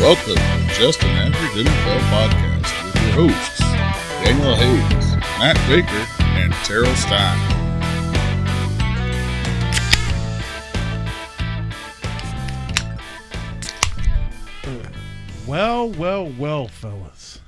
Welcome to Just an Average NFL Podcast with your hosts, Daniel Hayes, Matt Baker, and Terrell Stein. Well, well, well, fellas.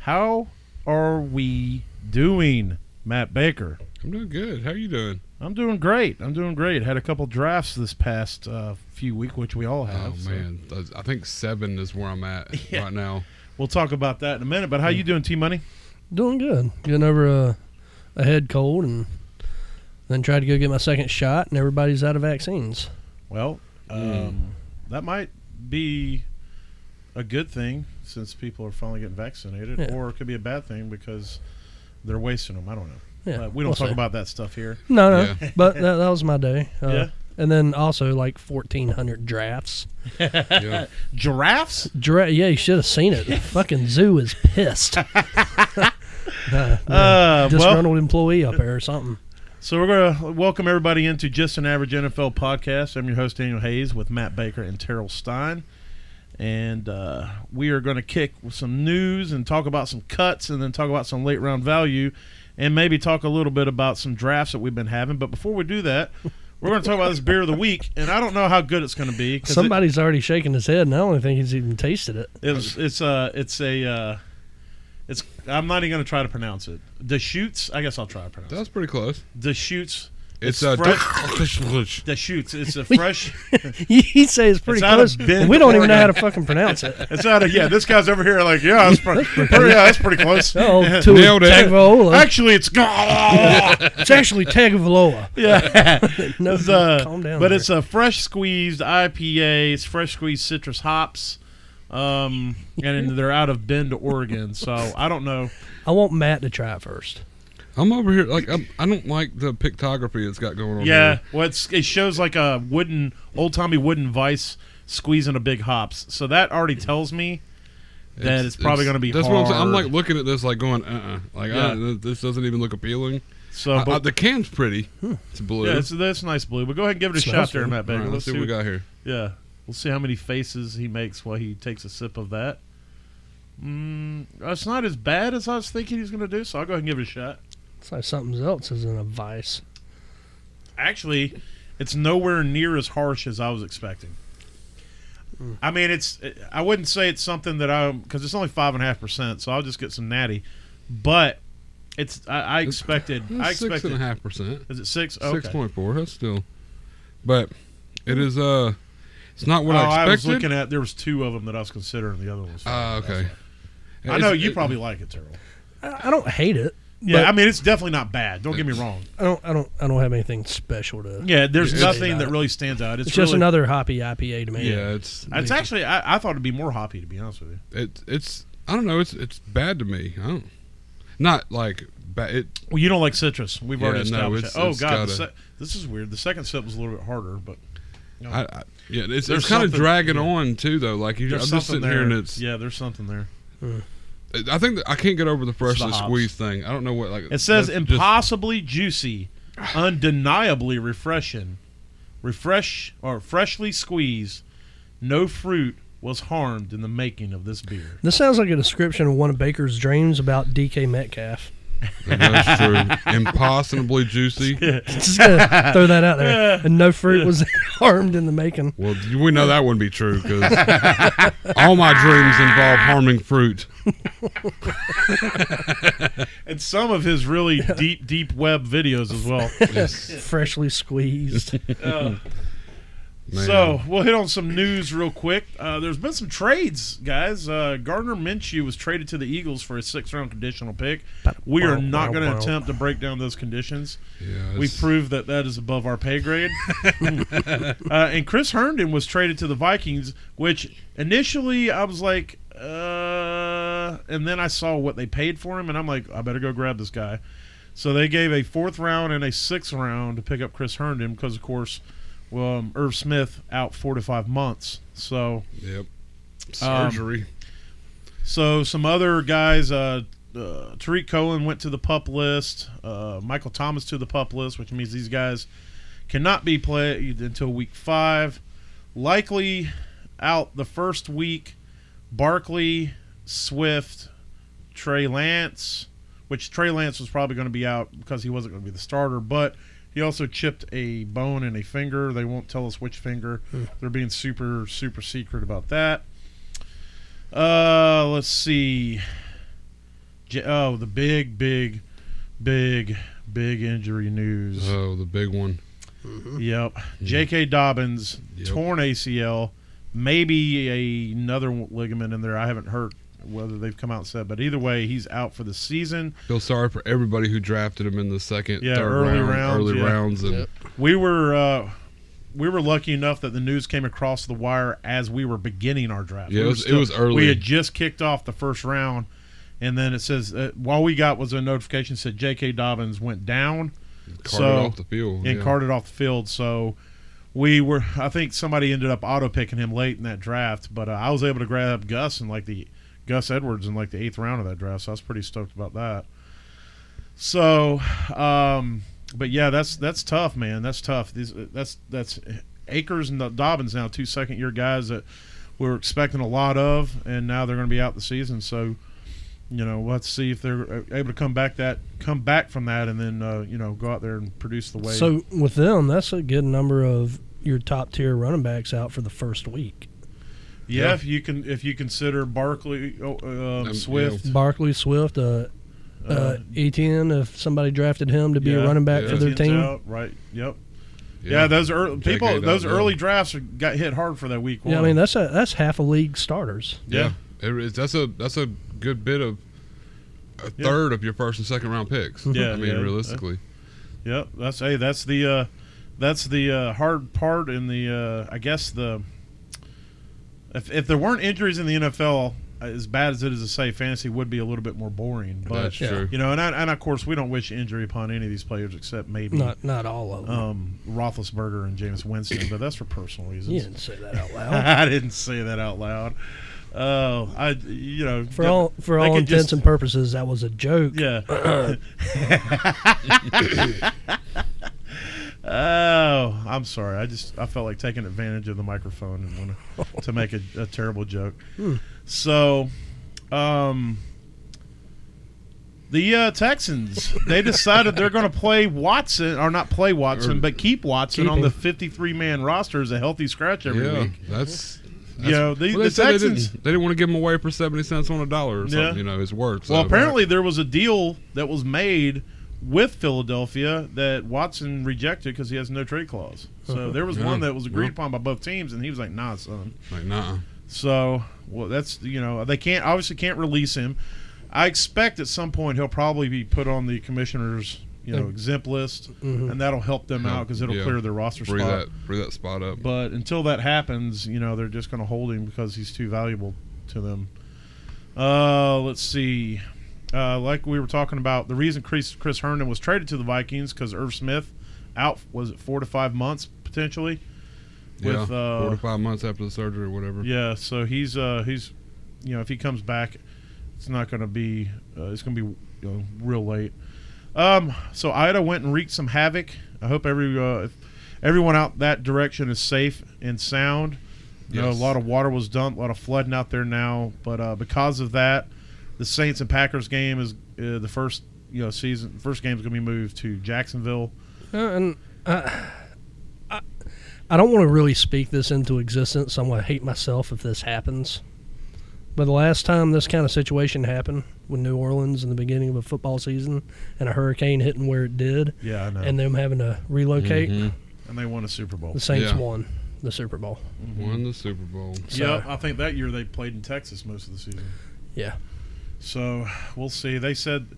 How are we doing, Matt Baker? I'm doing good. How you doing? I'm doing great. I'm doing great. Had a couple drafts this past uh, few week, which we all Oh have. so man, That's- I think seven is where I'm at Yeah. right now. We'll talk about that in a minute. But how you doing, T Money? Doing good. Getting over a, a head cold and then tried to go get my second shot, and everybody's out of vaccines. Well, um, that might be a good thing since people are finally getting vaccinated, Yeah. or it could be a bad thing because they're wasting them. I don't know. Yeah, But we don't we'll talk see. about that stuff here. No, no. Yeah. But that, that was my day. Uh, Yeah. And then also like fourteen hundred drafts. Yeah. Giraffes? Dra- yeah, you should have seen it. The fucking zoo is pissed. uh, Uh, well, disgruntled employee up there or something. So we're going to welcome everybody into Just an Average NFL podcast. I'm your host Daniel Hayes with Matt Baker and Terrell Stein, and uh, we are going to kick with some news and talk about some cuts, and then talk about some late round value, and maybe talk a little bit about some drafts that we've been having. But before we do that, we're going to talk about this beer of the week, and I don't know how good it's going to be. 'cause it- Somebody's already shaking his head, and I don't even think he's even tasted it. it's it's uh it's a uh, it's I'm not even going to try to pronounce it. Deschutes, I guess I'll try to pronounce it. That's pretty close. Deschutes. It's, a uh, Deschutes. It's a fresh. He'd say it's pretty It's out of close. Bend, and we don't even know how to Oregon. fucking pronounce it. It's out of yeah. This guy's over here like yeah, that's pretty, yeah, that's pretty close. Oh, Nailed it. Tagovailoa. Actually, it's yeah. It's actually Tagovailoa. No, It's, uh, calm down. but there. it's a fresh squeezed IPA. It's fresh squeezed citrus hops, um, and they're out of Bend, Oregon. So I don't know. I want Matt to try it first. I'm over here like I'm, I don't like the pictography it's got going Yeah, on. here. well, it's, it shows like a wooden old timey wooden vice squeezing a big hops. So that already tells me that it's, probably going to be That's hard. what I'm saying. I'm like looking at this like going uh uh like I- Yeah. this doesn't even look appealing. so, I- but, I- the can's pretty. It's blue. yeah, it's, that's nice blue. But go ahead and give it a Smells shot there, good. Matt All Baker. right, let's see what we got here. Yeah, we'll see how many faces he makes while he takes a sip of that. Mm, it's not as bad as I was thinking he was going to do, so I'll go ahead and give it a shot. It's like something else is in a vice. Actually, it's nowhere near as harsh as I was expecting. Hmm. I mean, it's I wouldn't say it's something that I because it's only five and a half percent, so I'll just get some natty. But it's I, I expected I six and a expected half percent. is it six? Okay. Six point four. That's still, but it is uh, it's not what oh, I I was expected. looking at there was two of them that I was considering. The other one was. Ah, okay. I It's- know you it- uh, probably like it, Terrell. I, I don't hate it. Yeah, but I mean it's definitely not bad. Don't get me wrong. I don't. I don't. I don't have anything special to. Yeah, there's It's- nothing that really stands out. It's, It's just really- another hoppy IPA to me. Yeah, it's It's actually I, I thought it'd be more hoppy to be honest with you. it, it's I don't know. It's it's bad to me. I don't. Not like bad. It Well, you don't like citrus. We've Yeah, already no, established it's- that. Oh it's god, the gotta- se- this is weird. The second sip was a little bit harder, but I, I yeah. It's, There's it's kind of something- dragging yeah. on too though. Like you, I'm there's just something sitting there. here and it's. yeah, there's something there. I think that I can't get over the freshly hops. squeezed thing. I don't know what like It says that's just- impossibly juicy, undeniably refreshing, refresh or freshly squeezed. No fruit was harmed in the making of this beer. This sounds like a description of one of Baker's dreams about DK Metcalf. That's true. Impossibly juicy. Just gonna throw that out there. And no fruit was harmed in the making. Well, we know that wouldn't be true because all my dreams involve harming fruit. And some of his really deep, deep web videos as well. Freshly squeezed. Man. So we'll hit on some news real quick. Uh, there's been some trades, guys. Uh, Gardner Minshew was traded to the Eagles for a sixth-round conditional pick. We are not going to attempt to break down those conditions. Yeah, We it's- proved that that is above our pay grade. uh, and Chris Herndon was traded to the Vikings, which initially I was like, uh, and then I saw what they paid for him, and I'm like, I better go grab this guy. So they gave a fourth round and a sixth round to pick up Chris Herndon because, of course, well, um, Irv Smith out four to five months. So, Yep. Um, Surgery. so some other guys. Uh, uh, Tariq Cohen went to the pup list. Uh, Michael Thomas to the pup list, which means these guys cannot be played until week five. Likely, out the first week. Barkley, Swift, Trey Lance, which Trey Lance was probably going to be out because he wasn't going to be the starter, but he also chipped a bone and a finger. They won't tell us which finger. They're being super, super secret about that. Uh, let's see. J- oh, the big, big, big, big injury news. Oh, the big one. Yep. J.K. Dobbins Mm-hmm. Yep. torn ACL, maybe another ligament in there. I haven't heard whether they've come out and said, but either way, he's out for the season. Feel sorry for everybody who drafted him in the second, Yeah, third early round, rounds, early yeah. rounds, and Yep. We were uh, we were lucky enough that the news came across the wire as we were beginning our draft. We Yeah, it were was- it was early. We had just kicked off the first round, and then it says uh, all we got was a notification that said J.K. Dobbins went down. carted So- off the field. and yeah. carted off the field. So we were, I think somebody ended up auto picking him late in that draft, but uh, I was able to grab Gus and like the Gus Edwards in like the eighth round of that draft. So I was pretty stoked about that. So, um, but yeah, that's that's tough, man. That's tough. These that's that's Akers and Dobbins now two second year guys that we were expecting a lot of, and now they're going to be out the season. So. You know, let's see if they're uh, able to come back that come back from that, and then uh, you know go out there and produce the way. So with them, that's a good number of your top tier running backs out for the first week. Yeah, Yeah. if you can, if you consider Barkley, oh, um, Um, Swift, Barkley, Swift, uh, uh, Etienne. If somebody drafted him to be yeah, a running back yeah. for their Etienne's team, out, right? Yep. Yeah, those early J.K. people, those Dobbins. early drafts are- got hit hard for that week one. yeah, I mean that's a that's half a league starters. yeah, It is- that's a that's a good bit of a Yeah. third of your first and second round picks. Yeah, I mean yeah. realistically, yep. That's hey, that's the uh, that's the uh, hard part in the uh, I guess the if if there weren't injuries in the NFL. uh, As bad as it is to say, fantasy would be a little bit more boring. that's But yeah. true. you know, and I, and of course, we don't wish injury upon any of these players except maybe Not not all of them. um, Roethlisberger and James Winston, but that's for personal reasons. you didn't say that out loud. I didn't say that out loud. Oh, I you know For all for they all could intents just- and purposes, that was a joke. yeah. oh, I'm sorry. I just I felt like taking advantage of the microphone and wanted to make a, a terrible joke. Hmm. So, um, the uh, Texans they decided they're going to play Watson or not play Watson, but keep Watson Keep on him. the 53 man roster as a healthy scratch every yeah, week. that's. You know, the, Well, they the said they Texans. didn't, they didn't want to give him away for seventy cents on a dollar or something. Yeah. You know, it's worth. Well, so- apparently there was a deal that was made with Philadelphia that Watson rejected because he has no trade clause. So there was one Yeah, that was agreed yeah. upon by both teams, and he was like, "Nah, son." like, nah. So well, that's you know they can't obviously can't release him. I expect at some point he'll probably be put on the commissioner's you know Mm. exempt list, and that'll help them out because it'll mm-hmm. Yeah. clear their roster Free spot. that, free that spot up. But until that happens, you know, they're just going to hold him because he's too valuable to them. Uh, let's see. Uh, like we were talking about, the reason Chris, Chris Herndon was traded to the Vikings because Irv Smith out was it four to five months potentially. yeah, with, uh, four to five months after the surgery or whatever. Yeah, so he's uh, he's you know if he comes back, it's not going to be uh, it's going to be you know, real late. Um, so Ida went and wreaked some havoc. I hope every uh, if everyone out that direction is safe and sound. You know, Yes. a lot of water was dumped, a lot of flooding out there now, but uh, because of that, the Saints and Packers game is uh, the first you know season first game is going to be moved to Jacksonville. Uh, and I, I, I don't want to really speak this into existence. I'm going to hate myself if this happens. But the last time this kind of situation happened with New Orleans in the beginning of a football season and a hurricane hitting where it did Yeah, Mm-hmm. I know. and And, them having to relocate, Mhm. they won a Super Bowl. the Saints Yeah. won the Super Bowl. Won the Super Bowl. So, yeah, I think that year they played in Texas most of the season. Yeah. So we'll see. They said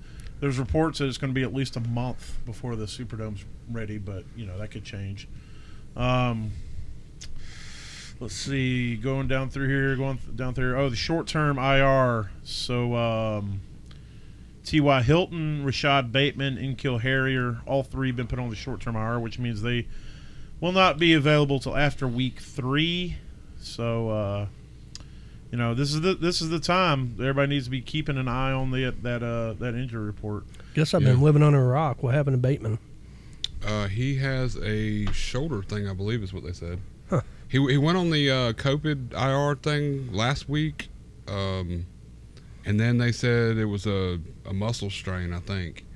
there's reports that it's going to be at least a month before the Superdome's ready, but you know that could change. Um, let's see, going down through here, going th- down through. Oh, the short-term IR. So um, T.Y. Hilton, Rashad Bateman, and Kill Harrier, all three been put on the short-term IR, which means they will not be available till after week three. So. Uh, you know, this is the this is the time everybody needs to be keeping an eye on the that uh that injury report. Guess I've Yeah. been living under a rock. What happened to Bateman? Uh, he has a shoulder thing, I believe, is what they said. He he went on the uh, COVID IR thing last week, um, and then they said it was a, a muscle strain, I think.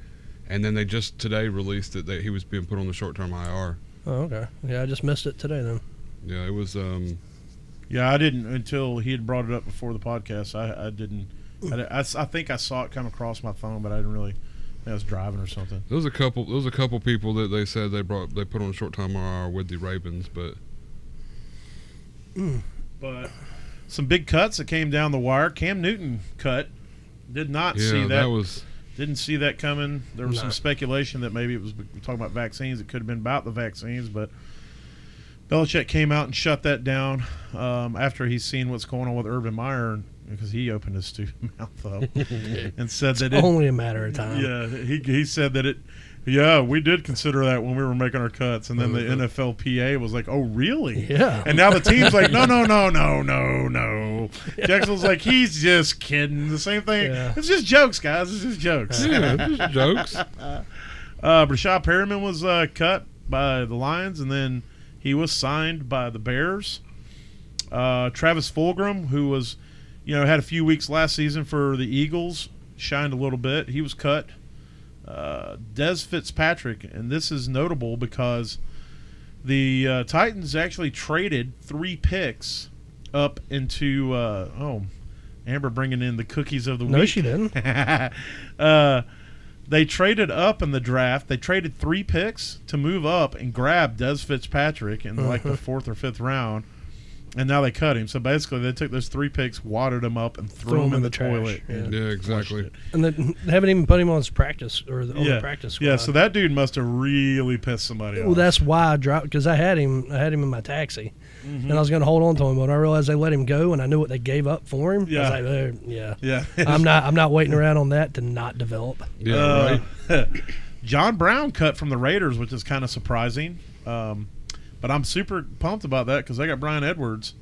And then they just today released it that he was being put on the short term IR. Oh, okay. Yeah, I just missed it today then. Yeah, it was. Um, Yeah, I didn't until he had brought it up before the podcast. I, I didn't. I, di- I s- I think I saw it come across my phone, but I didn't really. I was driving or something. there was a couple. There was a couple people that they said they brought they put on short term IR with the Ravens, but But some big cuts that came down the wire. Cam Newton cut. Did not yeah, see that. that. was Didn't see that coming. There was No. some speculation that maybe it was we're talking about vaccines. It could have been about the vaccines, but Belichick came out and shut that down um, after he's seen what's going on with Urban Meyer because he opened his stupid mouth up and said that it, Only a matter of time. yeah he he said that it yeah we did consider that when we were making our cuts and then the NFLPA was like oh really Mm-hmm. Yeah. and now the team's like, no, no, no, no, no, no. Jackson's like, he's just kidding. The same thing. Yeah. It's just jokes, guys. It's just jokes. yeah, it was just jokes. Uh, Brashad Perriman was uh, cut by the Lions, and then he was signed by the Bears. Uh, Travis Fulgham, who was, you know, had a few weeks last season for the Eagles, shined a little bit. He was cut. Uh, Des Fitzpatrick, and this is notable because the uh, Titans actually traded three picks up into uh, oh, Amber bringing in the cookies of the No, week. she didn't. uh, they traded up in the draft. They traded three picks to move up and grab Des Fitzpatrick in like Uh-huh. the fourth or fifth round, and now they cut him. So basically, they took those three picks, watered them up, and threw, them in, the, trash, toilet. yeah. and Yeah, flushed exactly. it. And then they haven't even put him on his practice or the, on Yeah, the practice squad. yeah. So that dude must have really pissed somebody Well, off. that's why I dropped because I had him. I had him in my taxi, Mm-hmm. and I was going to hold on to him, but I realized they let him go, and I knew what they gave up for him. Yeah. I was like, oh, yeah, yeah, I'm not. I'm not waiting around on that to not develop. Yeah, Uh, right. John Brown cut from the Raiders, which is kind of surprising. Um, but I'm super pumped about that because they got Brian Edwards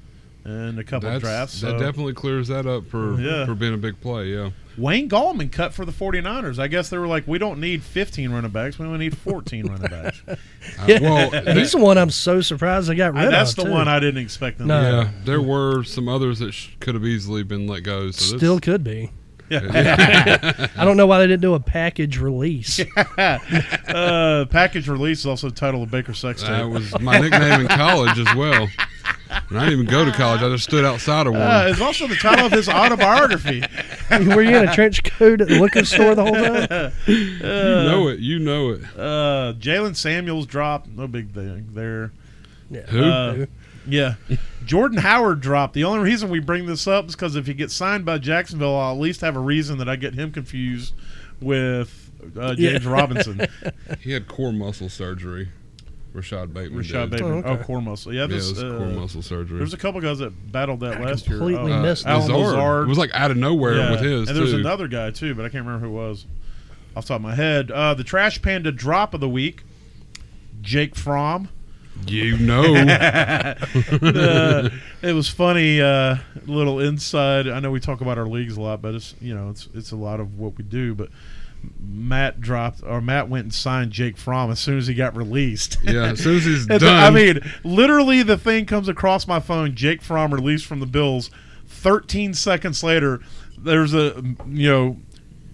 and a couple That's, of drafts. That so- definitely clears that up for Yeah. for being a big play. Yeah. Wayne Gallman cut for the 49ers. I guess they were like, we don't need 15 running backs. We only need 14 running backs. I- Uh, well, He's the one I'm so surprised they got rid I- of. that's the too. one I didn't expect them No. to Yeah, there were some others that sh- could have easily been let go. So this- still could be. Yeah. I don't know why they didn't do a package release. uh, package release is also the title of Baker Sex that Tape. was my nickname in college as well. And I didn't even go to college. I just stood outside of one. Uh, it's also the title of his autobiography. Were you in a trench coat at the liquor store the whole time? you know it. You know it. Uh, Jalen Samuels dropped. No big thing there. Yeah. Who? Uh, yeah. Jordan Howard dropped. The only reason we bring this up is because if he gets signed by Jacksonville, I'll at least have a reason that I get him confused with uh, James Robinson. he had core muscle surgery. Rashad Bateman. Rashad did. Bateman. okay. Oh, core muscle. Yeah, Yeah, it this, was uh, core muscle surgery. There's a couple guys that battled that last year. completely Oh, missed Alan that. Lazard. Lazard. It was like out of nowhere yeah. with his And there's too. another guy too, but I can't remember who it was off the top of my head. Uh, the Trash Panda drop of the week, Jake Fromm. you know, Uh, it was funny, uh, little inside. I know we talk about our leagues a lot, but it's you know it's it's a lot of what we do. But Matt dropped or Matt went and signed Jake Fromm as soon as he got released. yeah. As soon as he's And done, th- I mean, literally, the thing comes across my phone. Jake Fromm released from the Bills. Thirteen seconds later, there's a you know,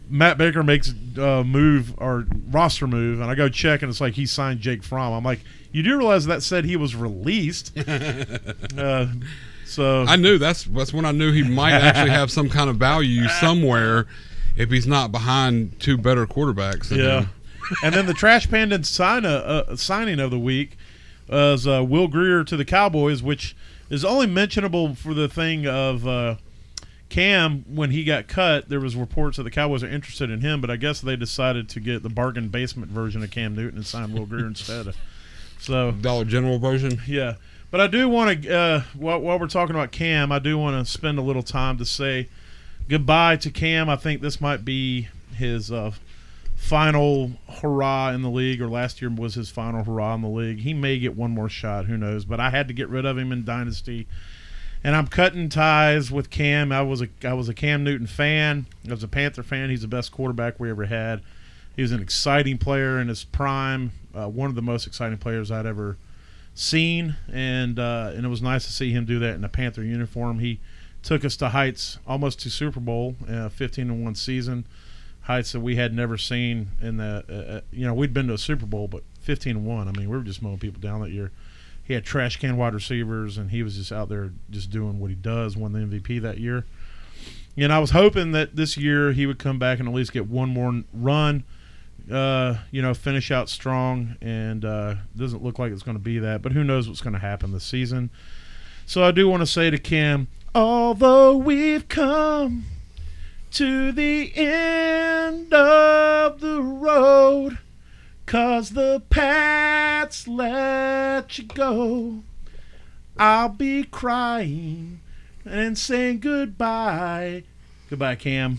Matt Baker makes uh, move or roster move, and I go check, and it's like he signed Jake Fromm. I'm like, you do realize that said he was released. uh, so I knew that's that's when I knew he might actually have some kind of value somewhere if he's not behind two better quarterbacks. than yeah, him. and then the trash panda sign uh, uh, signing of the week was uh, Will Greer to the Cowboys, which is only mentionable for the thing of. Uh, Cam, when he got cut, there was reports that the Cowboys are interested in him, but I guess they decided to get the bargain basement version of Cam Newton and sign Will Greer instead. So Dollar General version. yeah, but I do want to uh, while, while we're talking about Cam, I do want to spend a little time to say goodbye to Cam. I think this might be his uh, final hurrah in the league, or last year was his final hurrah in the league. He may get one more shot, who knows? But I had to get rid of him in Dynasty. And I'm cutting ties with Cam. I was a I was a Cam Newton fan. I was a Panther fan. He's the best quarterback we ever had. He was an exciting player in his prime, uh, one of the most exciting players I'd ever scene, and uh, and it was nice to see him do that in a Panther uniform. He took us to heights almost to Super Bowl, uh, fifteen and one season heights that we had never seen in the uh, uh, you know we'd been to a Super Bowl, but fifteen and one. I mean, we were just mowing people down that year. He had trash can wide receivers, and he was just out there just doing what he does. Won the MVP that year. And I was hoping that this year he would come back and at least get one more n- run, uh, you know, finish out strong. And uh, doesn't look like it's going to be that, but who knows what's going to happen this season. So I do want to say to Kim, although we've come to the end of the road, cause the Pats let you go, I'll be crying and saying goodbye. Goodbye, Cam.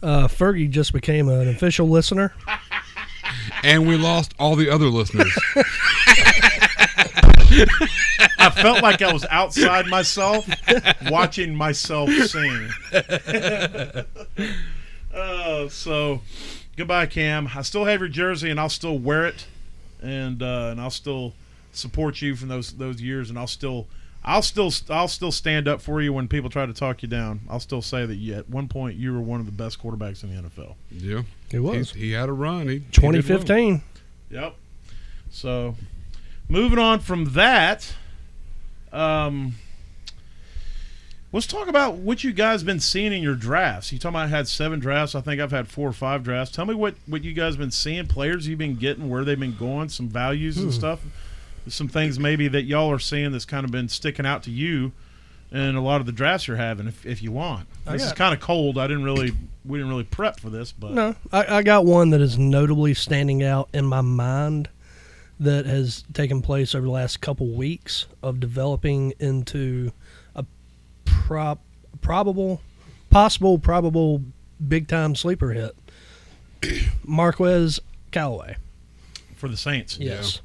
Uh, Fergie just became an official listener. And we lost all the other listeners. I felt like I was outside myself watching myself sing. Oh, so goodbye, Cam. I still have your jersey, and I'll still wear it, and uh, and I'll still support you from those those years, and I'll still. I'll still I'll still stand up for you when people try to talk you down. I'll still say that you, at one point you were one of the best quarterbacks in the NFL. yeah. It He's- he had a run. He, he did well. 2015. Yep. So, moving on from that, um, let's talk about what you guys been seeing in your drafts. You talking about I had seven drafts? I think I've had four or five drafts. Tell me what what you guys been seeing, players you've been getting, where they've been going, some values Hmm. and stuff, some things maybe that y'all are seeing that's kind of been sticking out to you. And a lot of the drafts you're having, if, if you want, I this is got- kind of cold. I didn't really, we didn't really prep for this, but No, I, I got one that is notably standing out in my mind that has taken place over the last couple weeks of developing into a prop, probable, possible, probable big time sleeper hit. Marquez Callaway. for the Saints, Yes.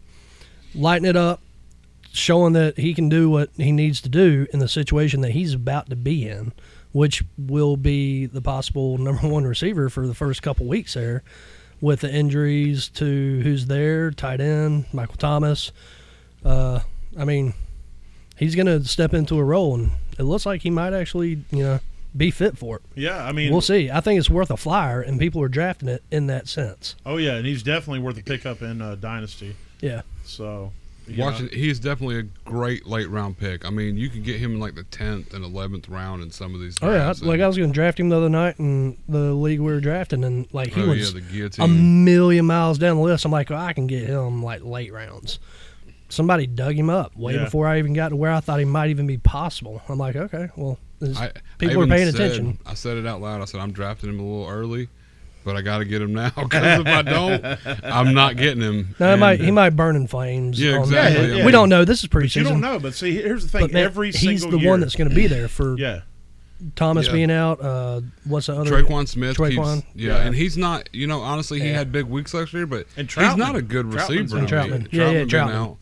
Lighten it up, showing that he can do what he needs to do in the situation that he's about to be in, which will be the possible number one receiver for the first couple weeks there with the injuries to who's there, tight end, Michael Thomas. Uh, I mean, he's going to step into a role, and it looks like he might actually, you know, be fit for it. yeah. I mean, We'll see. I think it's worth a flyer, and people are drafting it in that sense. Oh yeah, and he's definitely worth a pickup in uh, Dynasty. Yeah. So you Watching, know. he is definitely a great late round pick. I mean, you could get him in like the tenth and eleventh round in some of these. Oh yeah, drafts. I- like I was going to draft him the other night in the league we were drafting, and like he oh yeah, was the a guillotine. million miles down the list. I'm like, "Oh, I can get him like late rounds. Somebody dug him up way Yeah. before I even got to where I thought he might even be possible. I'm like, okay, well, this- I, I people are even paying said- attention. I said it out loud. I said I'm drafting him a little early, but I got to get him now because if I don't, I'm not getting him. No, And- he uh, might he might burn in flames. Yeah, on exactly. that. Yeah, yeah. We don't know. This is But you preseason. don't know. But see, here's the thing: But man, every he's single the year, one that's going to be there for yeah, Thomas Yeah. being out. Uh, what's the other? Traquan Smith. keeps- Traquan. yeah, Yeah. and he's not. You know, honestly, he Yeah. had big weeks last year, but And he's not Troutman. a good Troutman's receiver. out. I mean, Troutman. Yeah, Troutman's yeah, been Troutman. out.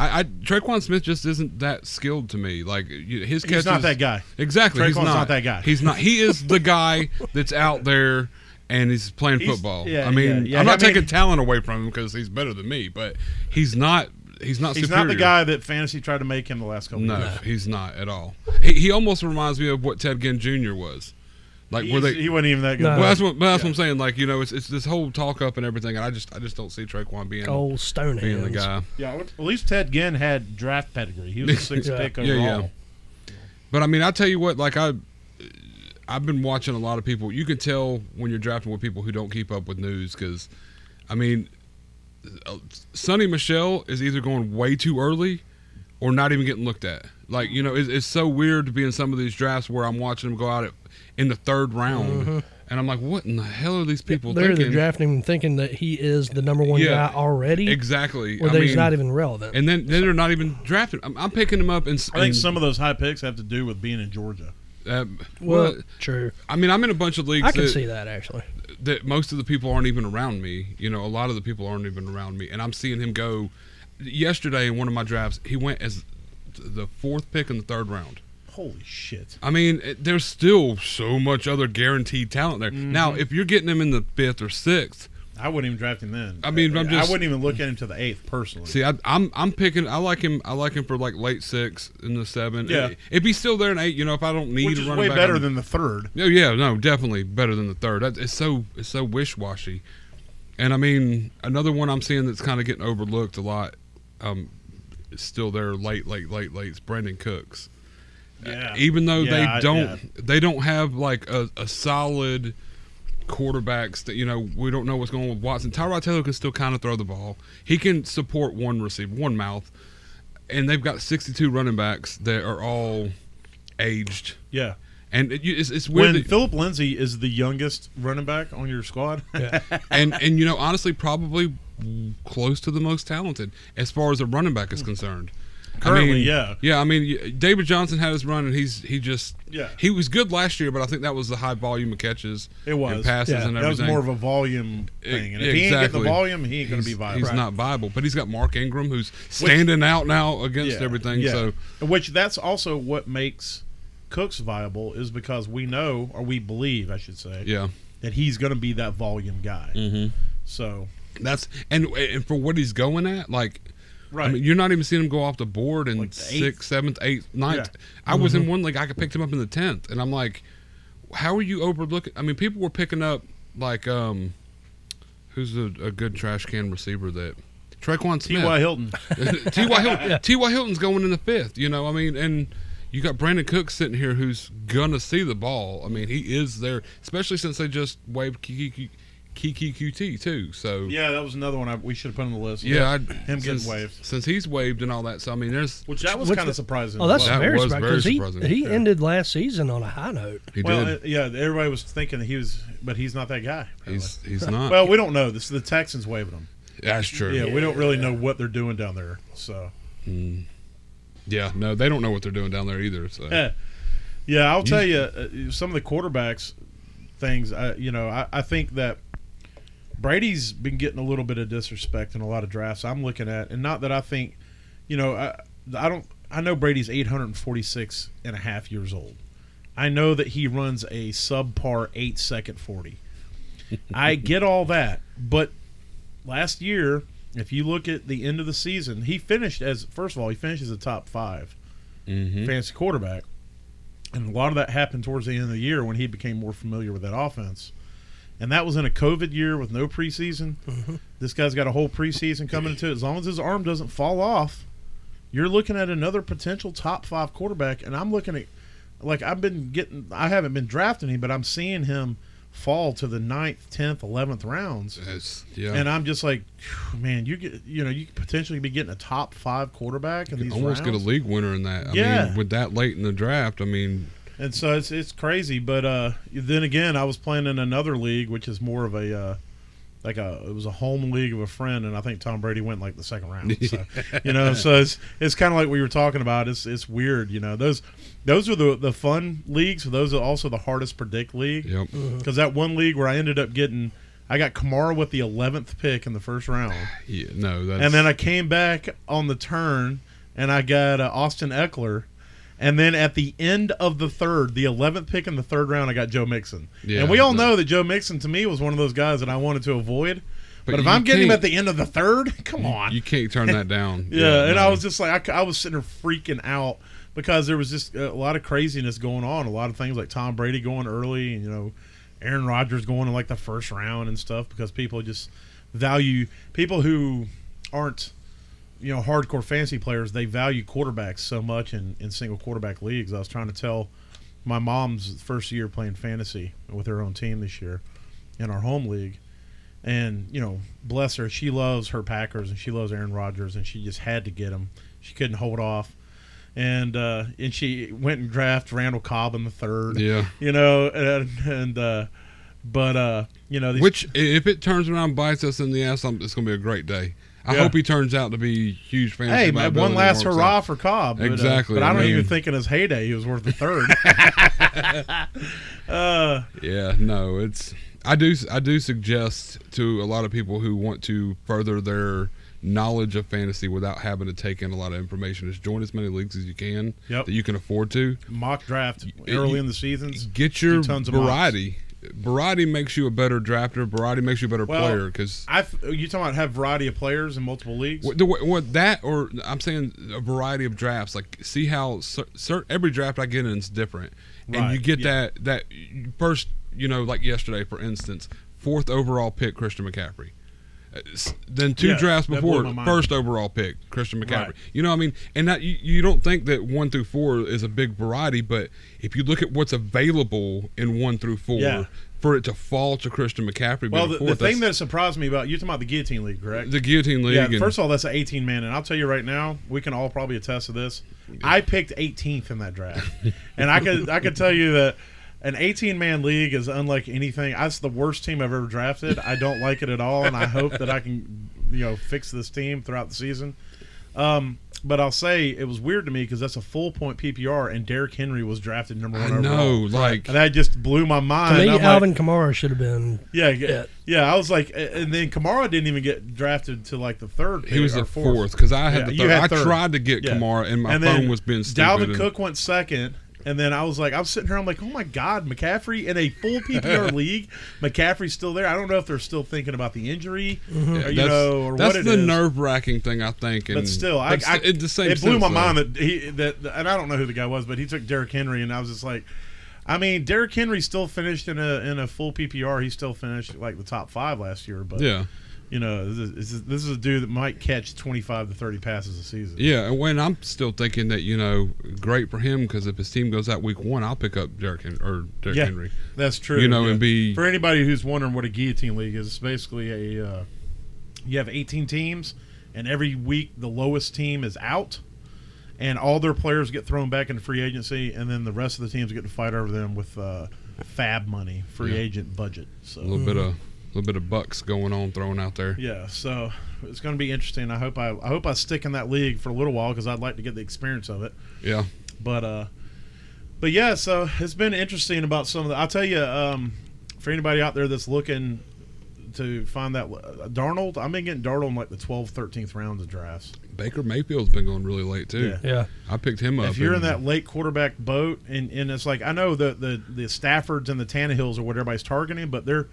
I, I Traquan Smith just isn't that skilled to me. Like you- his catches. he's not that guy. Exactly. he's Traquan's not. not that guy. He's not. He is the guy that's out there and he's playing He's- football. yeah, I mean, yeah, yeah. I'm I not mean- taking talent away from him because he's better than me, but he's not. He's not. He's superior. not the guy that fantasy tried to make him the last couple No, years. he's not at all. He, he almost reminds me of what Ted Ginn Jr. was. Like were He's- they? he wasn't even that good. No. Well, that's what. But that's what I'm saying. Like you know, it's it's this whole talk up and everything. And I just I just don't see Traquan being Old Stonehands. being the guy. Yeah, at least Ted Ginn had draft pedigree. He was a sixth Yeah. pick Yeah, overall. yeah. But I mean, I tell you what, like I. I've been watching a lot of people. You can tell when you're drafting with people who don't keep up with news because, I mean, uh, Sonny Michelle is either going way too early or not even getting looked at. Like, you know, it's, it's so weird to be in some of these drafts where I'm watching them go out at, in the third round and I'm like, what in the hell are these people Mm-hmm. They're either thinking? drafting him thinking that he is the number one Yeah. guy already, exactly. or I that he's mean- not even relevant. And then, then they're not even drafted. I'm, I'm picking them up, and s- I think and, some of those high picks have to do with being in Georgia. uh, well, well, true. I mean, I'm in a bunch of leagues I can that, see that actually. Oh, that most of the people aren't even around me. You know, a lot of the people aren't even around me, and I'm seeing him go. Yesterday in one of my drafts, he went as the fourth pick in the third round. Holy shit! I mean, it, there's Mm-hmm. still so much other guaranteed talent there. Now, if you're getting him in the fifth or sixth, I wouldn't even draft him then. I mean, I'm just- I wouldn't even look at him to the eighth personally. See, I, I'm I'm picking. I like him. I like him for like late six in the seven. Yeah. It, if he's still there in eight, you know, if I don't need which a is running way back, better I'm- than the third. No, Oh, yeah, no, definitely better than the third. That- It's so it's so wish washy, and I mean another one I'm seeing that's kind of getting overlooked a lot. Um, is still there late, late, late, late. Is Brandon Cooks, Yeah. even though Yeah, I- they don't yeah. they don't have like a, a solid quarterbacks that you know we don't know what's going on with Watson. Tyrod Taylor can still kind of throw the ball. He can support one receiver, one mouth, and they've got 62 running backs that are all aged. Yeah. And it, it's, it's weird. When that- Philip Lindsay is the youngest running back on your squad, and and you know honestly probably close to the most talented as far as a running back is concerned. I Hmm. Currently, mean, yeah. yeah. I mean, y- David Johnson had his run, and he's he just Yeah. he was good last year, but I think that was the high volume of catches, It was. and passes, Yeah. and that was everything. more of a volume It- thing. And yeah, if he ain't getting exactly. the volume, he ain't going to be He's- viable. He's not viable, but he's got Mark Ingram who's standing out now against everything. So which that's also what makes Cooks viable is because we know or we believe, I should say, yeah, that he's going to be that volume guy. Mm-hmm. So that's and and for what he's going at, like. right, I mean, you're not even seeing him go off the board in Like the eighth. sixth, seventh, eighth, ninth. Yeah. I was in one league. I could picked him up in the tenth, and I'm like, how are you overlooking? I mean, people were picking up like, um, who's a, a good trash can receiver that Traquan Smith, T.Y. Hilton. T.Y. Hilton, T.Y. Hilton's going in the fifth. You know, I mean, and you got Brandon Cook sitting here who's gonna see the ball. I mean, he is there, especially since they just waived Kiki Kiki QT too. So yeah, that was another one I, we should have put on the list. yeah, I, him getting since, waived. since he's waived and all that. So I mean, there's which that was Which kind the- of surprising. Oh, that's as well. That very was surprising very because he, surprising. he Yeah. ended last season on a high note. he well, did. uh, yeah, everybody was thinking that he was, but he's not that guy. apparently. he's he's not. well, we don't know. This the Texans waiving him. that's true. Yeah, Yeah. we don't really know what they're doing down there. So no, they don't know what they're doing down there either. So Yeah. Yeah, I'll tell you, uh, some of the quarterbacks things. I, you know, I, I think that Brady's been getting a little bit of disrespect in a lot of drafts I'm looking at, and not that I think, you know, I, I don't. I know Brady's 846 and a half years old. I know that he runs a subpar eight second 40. I get all that, but last year, if you look at the end of the season, he finished as first of all, he finished as a top five Mhm. fantasy quarterback. And a lot of that happened towards the end of the year when he became more familiar with that offense. And that was in a COVID year with no preseason. This guy's got a whole preseason coming into it. As long as his arm doesn't fall off, you're looking at another potential top five quarterback. And I'm looking at, like, I've been getting, I haven't been drafting him, but I'm seeing him fall to the ninth, 10th, 11th rounds. It's- yeah. And uh, I'm just like, phew, man, you get, you know, you could potentially be getting a top five quarterback in these almost get rounds. a league winner in that. I Yeah. mean, with that late in the draft, I mean, And so it's it's crazy, but uh, then again, I was playing in another league, which is more of a uh, like a it was a home league of a friend, and I think Tom Brady went like the second round. So, you know, so it's it's kind of like we were talking about. It's it's weird, you know. Those those are the the fun leagues. Those are also the hardest predict league yep. because that one league where I ended up getting, I got Kamara with the eleventh pick in the first round, Yeah, no, that's and then I came back on the turn and I got uh, Austin Eckler. And then at the end of the third, the 11th pick in the third round, I got Joe Mixon. Yeah, and we all no. know that Joe Mixon to me was one of those guys that I wanted to avoid. But, But if you I'm getting him can't- at the end of the third, come on. you can't turn that down. yeah, and I no. was just like, I c- I, was sitting there freaking out because there was just uh, a lot of craziness going on. A lot of things like Tom Brady going early and, you know, Aaron Rodgers going in like the first round and stuff because people just value people who aren't you know hardcore fantasy players they value quarterbacks so much in, in single quarterback leagues i was trying to tell my mom's first year playing fantasy with her own team this year in our home league and you know bless her she loves her packers and she loves aaron rodgers and she just had to get him she couldn't hold off and uh, and she went and drafted randall cobb in the third Yeah. you know and, and uh, but uh you know these Which, i- if it turns around and bites us in the ass, I'm, it's going to be a great day. I Yeah. hope he turns out to be huge fan. Hey, man, one last hurrah for Cobb. But, uh, Exactly, But I I don't even mean- think in his heyday he was worth the third. uh, Yeah, no, it's I do I do suggest to a lot of people who want to further their knowledge of fantasy without having to take in a lot of information is join as many leagues as you can Yep. that you can afford to. mock draft early in the seasons. Get Do your tons of mocks. variety. Variety makes you a better drafter. Variety makes you a better Well, player because I you talking about have variety of players in multiple leagues? What, the, what- what that or I'm saying a variety of drafts. Like see how cer- cer- every draft I get in is different, and you Right, get yeah. that that you first. You know, like yesterday, for instance, fourth overall pick Christian McCaffrey. Uh, s- Then two Yeah, drafts that blew before, my mind. first overall pick Christian McCaffrey. Right. You know, what I mean, and that you, you don't think that one through four is a big variety, but if you look at what's available in one through four, Yeah. for it to fall to Christian McCaffrey, Well, being the, the fourth, thing that that's- surprised me about you talking about the guillotine league, correct? the guillotine league, yeah. and, First of all, that's an 18 man, and I'll tell you right now, we can all probably attest to this. I picked 18th in that draft, and I could I could tell you that an 18 man league is unlike anything. That's the worst team I've ever drafted. I don't like it at all, and I hope that I can you know fix this team throughout the season. Um, but I'll say it was weird to me because that's a full point PPR, and Derrick Henry was drafted number one I know, overall. like And that just blew my To mind. me, I'm like, Alvin Kamara should have been. yeah, yeah, Yeah. yeah. I was like, a- and then Kamara didn't even get drafted to like the third. He was pick the or fourth because I Yeah, had the you third. had I third. tried to get Yeah. Kamara, and my And then phone was being stupid. Dalvin and- Cook went second, and then I was like, I'm sitting here, I'm like, oh my god, McCaffrey in a full PPR league, McCaffrey's still there. I don't know if they're still thinking about the injury, Yeah, or, you that's know, or that's what it the is. nerve wracking thing, I think. And, But still, I, but I it's the same it blew my sense, mind though. that he that, and I don't know who the guy was, but he took Derrick Henry, and I was just like, I mean, Derrick Henry still finished in a in a full PPR. He still finished like the top five last year, but Yeah, you know, this is, this is- this is a dude that might catch 25 to 30 passes a season. yeah. And when I'm still thinking that you know, great for him because if his team goes out week one, I'll pick up Derrick Hen- or Derrick Yeah. Henry. That's true. You know, yeah. and be- for anybody who's wondering what a guillotine league is, it's basically a uh, you have 18 teams, and every week the lowest team is out, and all their players get thrown back into free agency, and then the rest of the teams get to fight over them with uh, fab money, free Yeah. agent budget. So A little bit of a little bit of bucks going on thrown out there. Yeah, so it's going to be interesting. I hope I, I hope I stick in that league for a little while because I'd like to get the experience of it. Yeah, But uh, but yeah, so it's been interesting about some of the. I'll tell you, um, for anybody out there that's looking to find that uh, Darnold, I've been getting Darnold in like the 12th, 13th rounds of drafts. Baker Mayfield's been going really late too. Yeah. Yeah. I picked him up. If you're in and- that late quarterback boat, and, and it's like I know the, the the Staffords and the Tannehills are what everybody's targeting, but they're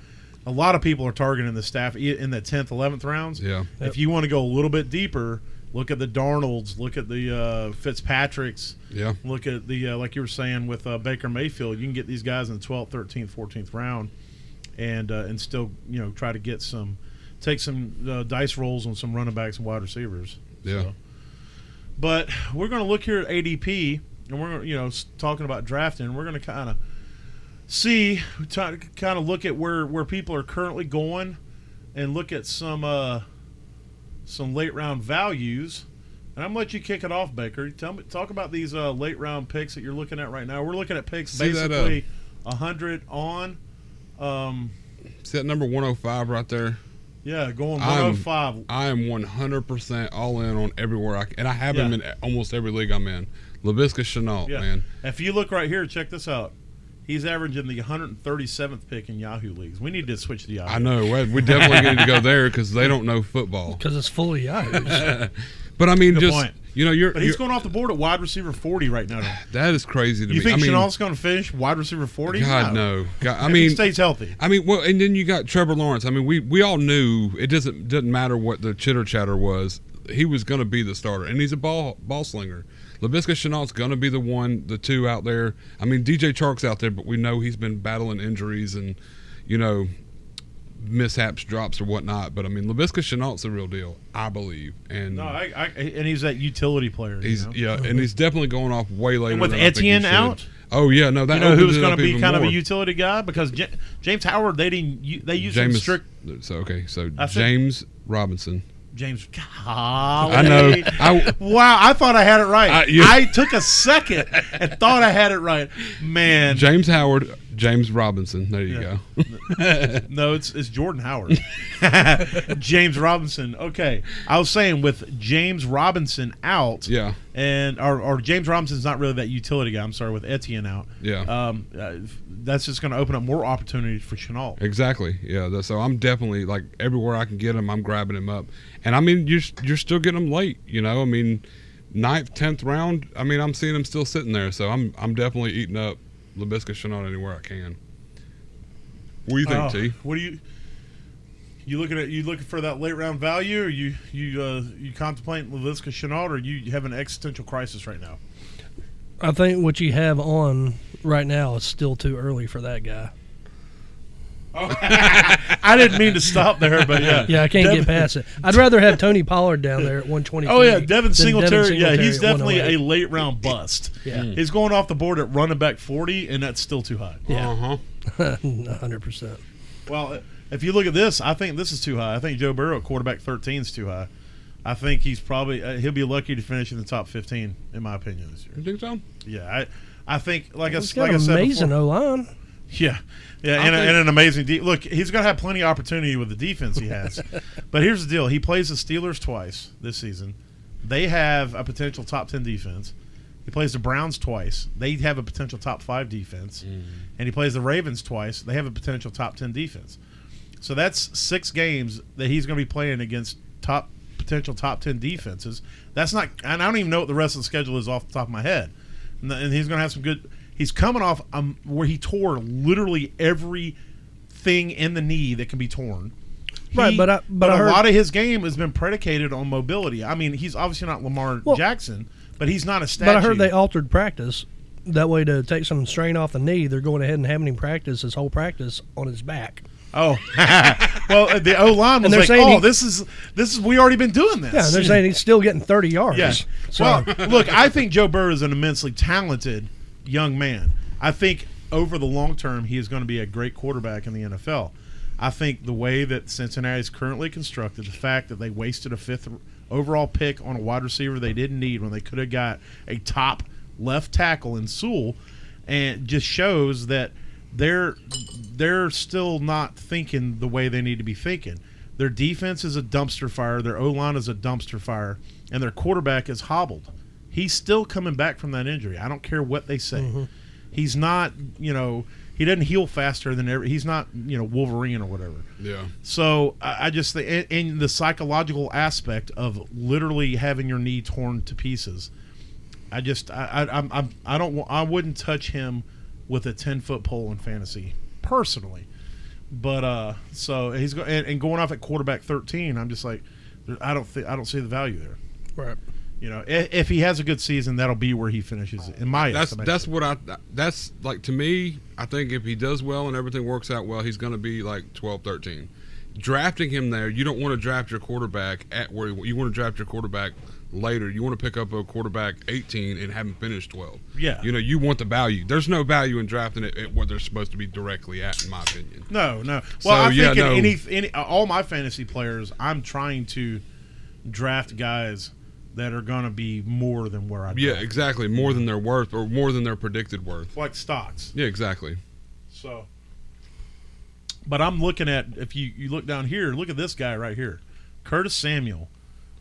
a lot of people are targeting the staff e- in the 10th, 11th rounds. yeah, If you want to go a little bit deeper, look at the Darnolds, look at the uh, Fitzpatricks. yeah, look at the uh, like you were saying with uh, Baker Mayfield, you can get these guys in the 12th, 13th, 14th round, and uh, and still you know try to get some, take some uh, dice rolls on some running backs and wide receivers. yeah. So, But we're going to look here at ADP, and we're gonna, you know s- talking about drafting. and We're going to kind of see, kind of look at where where people are currently going, and look at some uh, some late round values. And I'm gonna let you kick it off, Baker. Tell me, talk about these uh, late round picks that you're looking at right now. We're looking at picks See that, uh, basically a hundred on. Um, See that number 105 right there. yeah, going I'm- 105. I am 100% all in on everywhere I can. And I have him in Yeah. almost every league I'm in. LaVisca Chenault, Yeah. man. If you look right here, check this out. He's averaging the 137th pick in Yahoo leagues. We need to switch to Yahoo. I know. We we definitely need to go there because they don't know football. Because it's full of yahoos. But I mean, Good just, point. you know, you're, But he's you're- going off the board at wide receiver 40 right now. though. that is crazy to You me. think I mean, Chenault's going to finish wide receiver 40? God, no. God, If I he mean, stays healthy. I mean, well, and then you got Trevor Lawrence. I mean, we we all knew it doesn't doesn't matter what the chitter chatter was. He was going to be the starter, and he's a ball ball slinger. Lavisca Chenault's going to be the one, the two out there. I mean, DJ Chark's out there, but we know he's been battling injuries and you know mishaps, drops, or whatnot. But I mean, Lavisca Chenault's the real deal, I believe. And No, I, I, and he's that utility player. he's you know? yeah, and he's definitely going off way later. with than I think he Etienne should. out? Oh yeah, no, that You know who's going to be kind of a utility guy because J- James Howard they didn't u- they used him James. strict So okay, so I think- James Robinson. James. I know. Golly. I, Wow, I thought I had it right. I- you- I took a second and thought I had it right. Man, James Howard, James Robinson. There you Yeah. go. No, it's it's Jordan Howard. James Robinson. Okay. I was saying with James Robinson out Yeah, and or, or James Robinson's not really that utility guy, I'm sorry, with Etienne out. yeah, Um, uh, that's just going to open up more opportunities for Chenault. exactly. Yeah, that, so I'm definitely like everywhere I can get him, I'm grabbing him up. And I mean, you're you're still getting him late. You know, I mean, ninth, tenth round. I mean, I'm seeing him still sitting there. So I'm I'm definitely eating up Labisca Chenault anywhere I can. What do you think, Oh, T? What do you? You looking at you looking for that late round value? Or you you uh, you contemplating LaVisca Chenault, or you have an existential crisis right now? I think what you have on right now is still too early for that guy. I didn't mean to stop there, but yeah, Yeah, I can't Devin- get past it. I'd rather have Tony Pollard down there at 123. Oh yeah, than Devin Singletary, Yeah, he's at definitely a 108. late round bust. Yeah. Mm. he's going off the board at running back forty, and that's still too high. Yeah. Uh huh. 100%. Well, if you look at this, I think this is too high. I think Joe Burrow, at quarterback thirteen, is too high. I think he's probably uh, he'll be lucky to finish in the top fifteen, in my opinion, this year. You think so? Yeah, I, I think like I, He's s- got like I an said amazing before, O line. yeah, yeah, I and, a, think- and an amazing de- look. He's gonna have plenty of opportunity with the defense he has. but here's the deal: he plays the Steelers twice this season. They have a potential top ten defense. He plays the Browns twice. They have a potential top five defense, Mm-hmm. and he plays the Ravens twice. They have a potential top ten defense. So that's six games that he's going to be playing against top potential top ten defenses. That's not, and I don't even know what the rest of the schedule is off the top of my head. And, the- and he's going to have some good. He's coming off um, where he tore literally every thing in the knee that can be torn. Right, He- but I- but I a heard- lot of his game has been predicated on mobility. I mean, he's obviously not Lamar Well- Jackson, but he's not a statue. But I heard they altered practice. That way, to take some strain off the knee, they're going ahead and having him practice his whole practice on his back. Oh, well, uh, the O line was they're like, saying "Oh, he- this is this is we already been doing this." Yeah, and they're saying he's still getting 30 yards. Yeah. So, Well, look, I think Joe Burrow is an immensely talented young man. I think over the long term, he is going to be a great quarterback in the NFL. I think the way that Cincinnati is currently constructed, the fact that they wasted a fifth overall pick on a wide receiver they didn't need when they could have got a top left tackle in Sewell, and just shows that they're they're still not thinking the way they need to be thinking. Their defense is a dumpster fire. Their O line is a dumpster fire, and their quarterback is hobbled. He's still coming back from that injury. I don't care what they say. He's not, you know, he doesn't heal faster than ever. He's not, you know, Wolverine or whatever. Yeah. So I, I just think, and, and the psychological aspect of literally having your knee torn to pieces, I just, I, I, I'm, I'm, I don't, wa- I wouldn't touch him with a ten foot pole in fantasy personally. But uh, so he's go and, and going off at quarterback thirteen. I'm just like, there- I don't think I don't see the value there. right. You know, if, if he has a good season, that'll be where he finishes. In my That's estimation. that's what I. That's like to me. I think if he does well and everything works out well, he's going to be like 12, 13. Drafting him there, you don't want to draft your quarterback at where you, you want to draft your quarterback later. You want to pick up a quarterback eighteen and have him finish twelve. Yeah. You know, you want the value. There's no value in drafting it at where they're supposed to be directly at, in my opinion. No, no. So, Well, I yeah, think no. in any, any all my fantasy players, I'm trying to draft guys that are going to be more than where I Yeah, draft. exactly. More than their worth or more than their predicted worth. like stocks. Yeah, exactly. So, but I'm looking at if you you look down here, look at this guy right here, Curtis Samuel.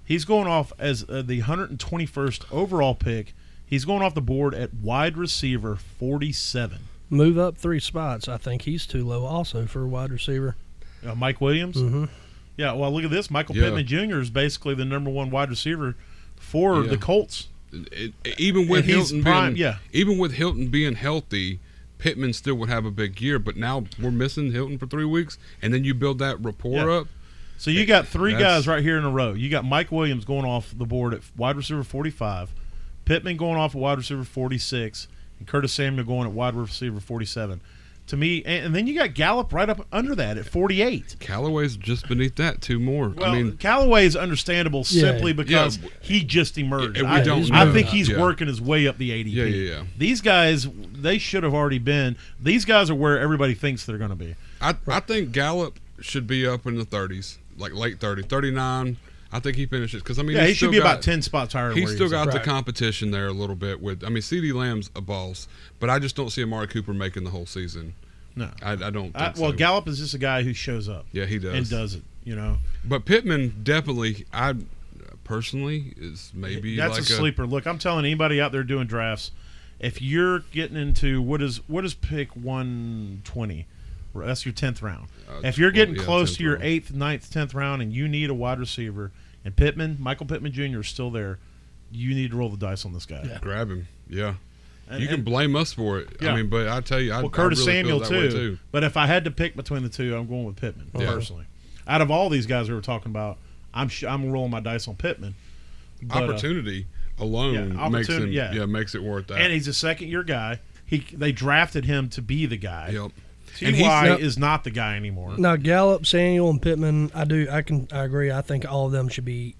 He's going off as uh, the 121st overall pick. He's going off the board at wide receiver 47. Move up three spots. I think he's too low also for a wide receiver. Uh, Mike Williams. Yeah, well, look at this. Michael Yeah. Pittman Jr. is basically the number one wide receiver for Yeah. the Colts. it- it- even with And he's Hilton prime, being yeah. even with Hilton being healthy, Pittman still would have a big year. But now we're missing Hilton for three weeks, and then you build that rapport Yeah. up. So you got three That's- guys right here in a row. You got Mike Williams going off the board at wide receiver 45, Pittman going off at wide receiver 46, and Curtis Samuel going at wide receiver 47. To me, and, and then you got Gallup right up under that at 48. Callaway's just beneath that. Two more. Well, I mean, Callaway is understandable Yeah. simply because w- he just emerged. Yeah, we I, don't I know think that, he's yeah. working his way up the ADP. Yeah, yeah, yeah. These guys, they should have already been. These guys are where everybody thinks they're going to be. I I think Gallup should be up in the 30s, like late 30, 39. I think he finishes because I mean, Yeah, he's he should still be got- about ten spots higher. than He's where still is at. got the Right. competition there a little bit with. I mean, C.D. Lamb's a boss, but I just don't see Amari Cooper making the whole season. no. I, I don't. Think I, well, so. Gallup is just a guy who shows up Yeah, he does. and does it. You know, But Pittman definitely, I personally is maybe that's like a sleeper. Look, I'm telling anybody out there doing drafts, if you're getting into what is what is pick 120, Well, that's your 10th round. Uh, if you're getting well, yeah, close 10th to your round. eighth, 9th, 10th round, and you need a wide receiver, and Pittman, Michael Pittman Jr. is still there, you need to roll the dice on this guy. Yeah. grab him. Yeah, And- you can and- blame us for it. Yeah. I mean, but I tell you, I, well, Curtis I really Samuel feel that way too. But if I had to pick between the two, I'm going with Pittman Yeah. personally. Out of all these guys we were talking about, I'm sh- I'm rolling my dice on Pittman. But, uh, opportunity alone yeah, makes him, opportunity, yeah. yeah. makes it worth that. and he's a second year guy. He they drafted him to be the guy. yep. Ty And he's- is not the guy anymore. Now Gallup, Samuel, and Pittman, I do, I can, I agree. I think all of them should be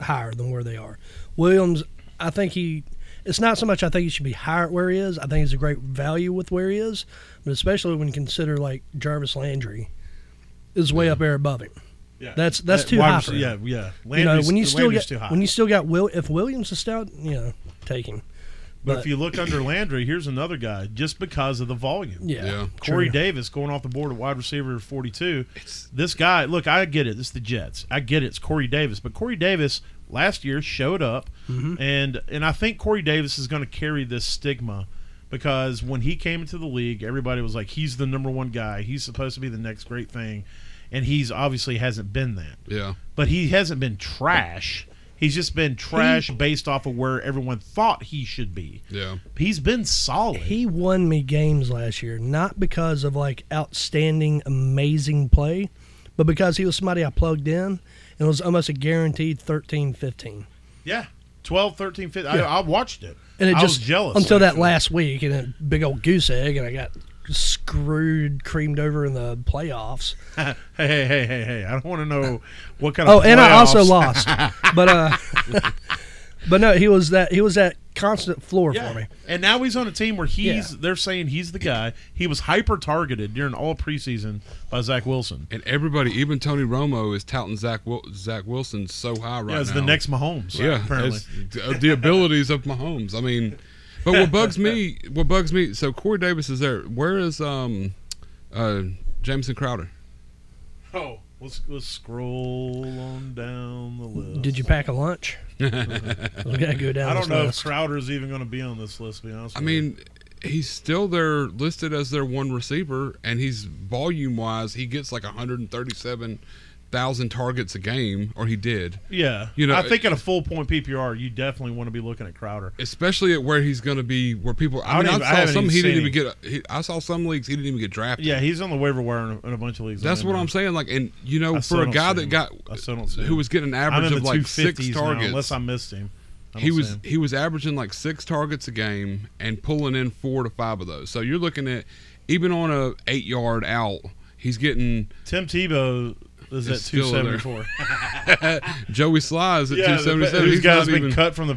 higher than where they are. Williams, I think he. It's not so much I think he should be higher at where he is. I think he's a great value with where he is, but especially when you consider like Jarvis Landry is way up there above him. Yeah. That's- that's That too wide high receiver- for Yeah, him. yeah. you know, Landry's- when you still Landry's get too high. when you still got Will, if Williams is stout, you know, take him. but, if you look under Landry, here's another guy just because of the volume. Yeah, Yeah. Corey Oh, true. Davis going off the board at wide receiver 42. this guy, look, I get it. It's the Jets. I get it. It's Corey Davis. But Corey Davis last year showed up, Mm-hmm. and and I think Corey Davis is going to carry this stigma because when he came into the league, everybody was like, he's the number one guy. He's supposed to be the next great thing, and he's obviously hasn't been that. Yeah. But he hasn't been trash. He's just been trash based off of where everyone thought he should be. Yeah. He's been solid. He won me games last year, not because of like outstanding, amazing play, but because he was somebody I plugged in and it was almost a guaranteed 13 15. Yeah. 12, 13, 15. I, I watched it. And it I just was jealous. until that actually. last week and a big old goose egg, and I got screwed, creamed over in the playoffs. hey, hey, hey, hey, hey. I don't want to know what kind of. Oh, and I also playoffs- lost, but uh, but no, he was that he was that constant floor Yeah. for me. And now he's on a team where he's. Yeah. They're saying he's the guy. He was hyper targeted during all preseason by Zach Wilson. And everybody, even Tony Romo, is touting Zach Wil- Zach Wilson so high right Yeah, as now. the next Mahomes. yeah, apparently. as- uh, the abilities of Mahomes. I mean, but what bugs me, what bugs me. So Corey Davis is there. Where is um, uh, Jameson Crowder? Oh, let's let's scroll on down the list. Did you pack a lunch? we gotta go down. I don't this know list. if Crowder's even going to be on this list. To be honest. I with you. mean, he's still there listed as their one receiver, and he's volume wise, he gets like 137 thousand targets a game, or he did. yeah. you know, I think at a full point PPR, you definitely want to be looking at Crowder. Especially at where he's going to be, where people. I, I mean, don't even- I I saw haven't some even he didn't seen even get. He, I saw some leagues he didn't even get drafted. Yeah, he's on the waiver wire in a, in a bunch of leagues. That's what I'm saying. Like, and you know, I still Oh, for a don't guy see him. that got I still don't see who him. was getting an I'm average in of the like 250s six targets. now, unless I missed him. I don't he see was him. he was averaging like six targets a game and pulling in four to five of those. So you're looking at even on a eight yard out, he's getting Tim Tebow is at Is still there. 274. Joey Sly is at two the- seventy seven. these guys been cut from the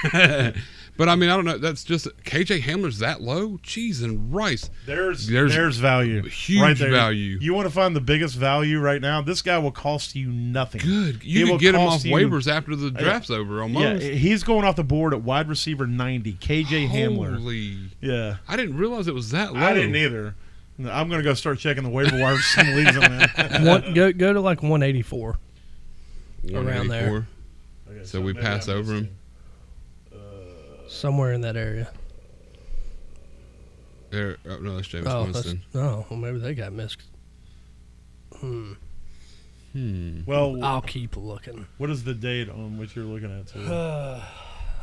Panthers. But I mean, I don't know. That's just KJ Hamler's that low. Cheese and rice. There's there's, There's value, huge right there. value. You want to find the biggest value right now? This guy will cost you nothing. Good. He You will can get him cost off you- waivers after the draft's over. Yeah, Almost. he's going off the board at wide receiver 90. KJ Hamler. Holy! Yeah, I didn't realize it was that low. I didn't either. I'm gonna go start checking the waiver wire for some leagues on that. One, go go to like 184. Around there. 184. Okay, So we maybe I pass over missed him. somewhere in that area. There, oh, no, that's James oh, that's, Winston. oh, well, maybe they got missed. Hmm. Well, I'll keep looking. what is the date on which you're looking at? Too? I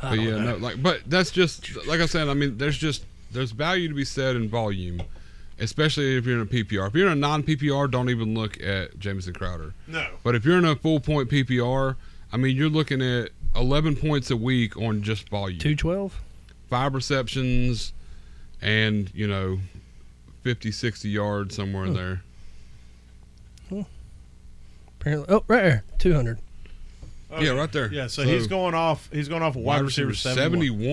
But don't yeah, know. no, like, but that's just like I said. I mean, there's just there's value to be said in volume, especially if you're in a PPR. If you're in a non PPR, don't even look at Jameson Crowder. No. But if you're in a full point PPR, I mean, you're looking at 11 points a week on just volume, 212. five receptions, and you know, 50, 60 yards somewhere in Hmm. there. Apparently, oh, right there, 200. Yeah, right there. Yeah, so, he's going off. He's going off a wide, receiver, 71.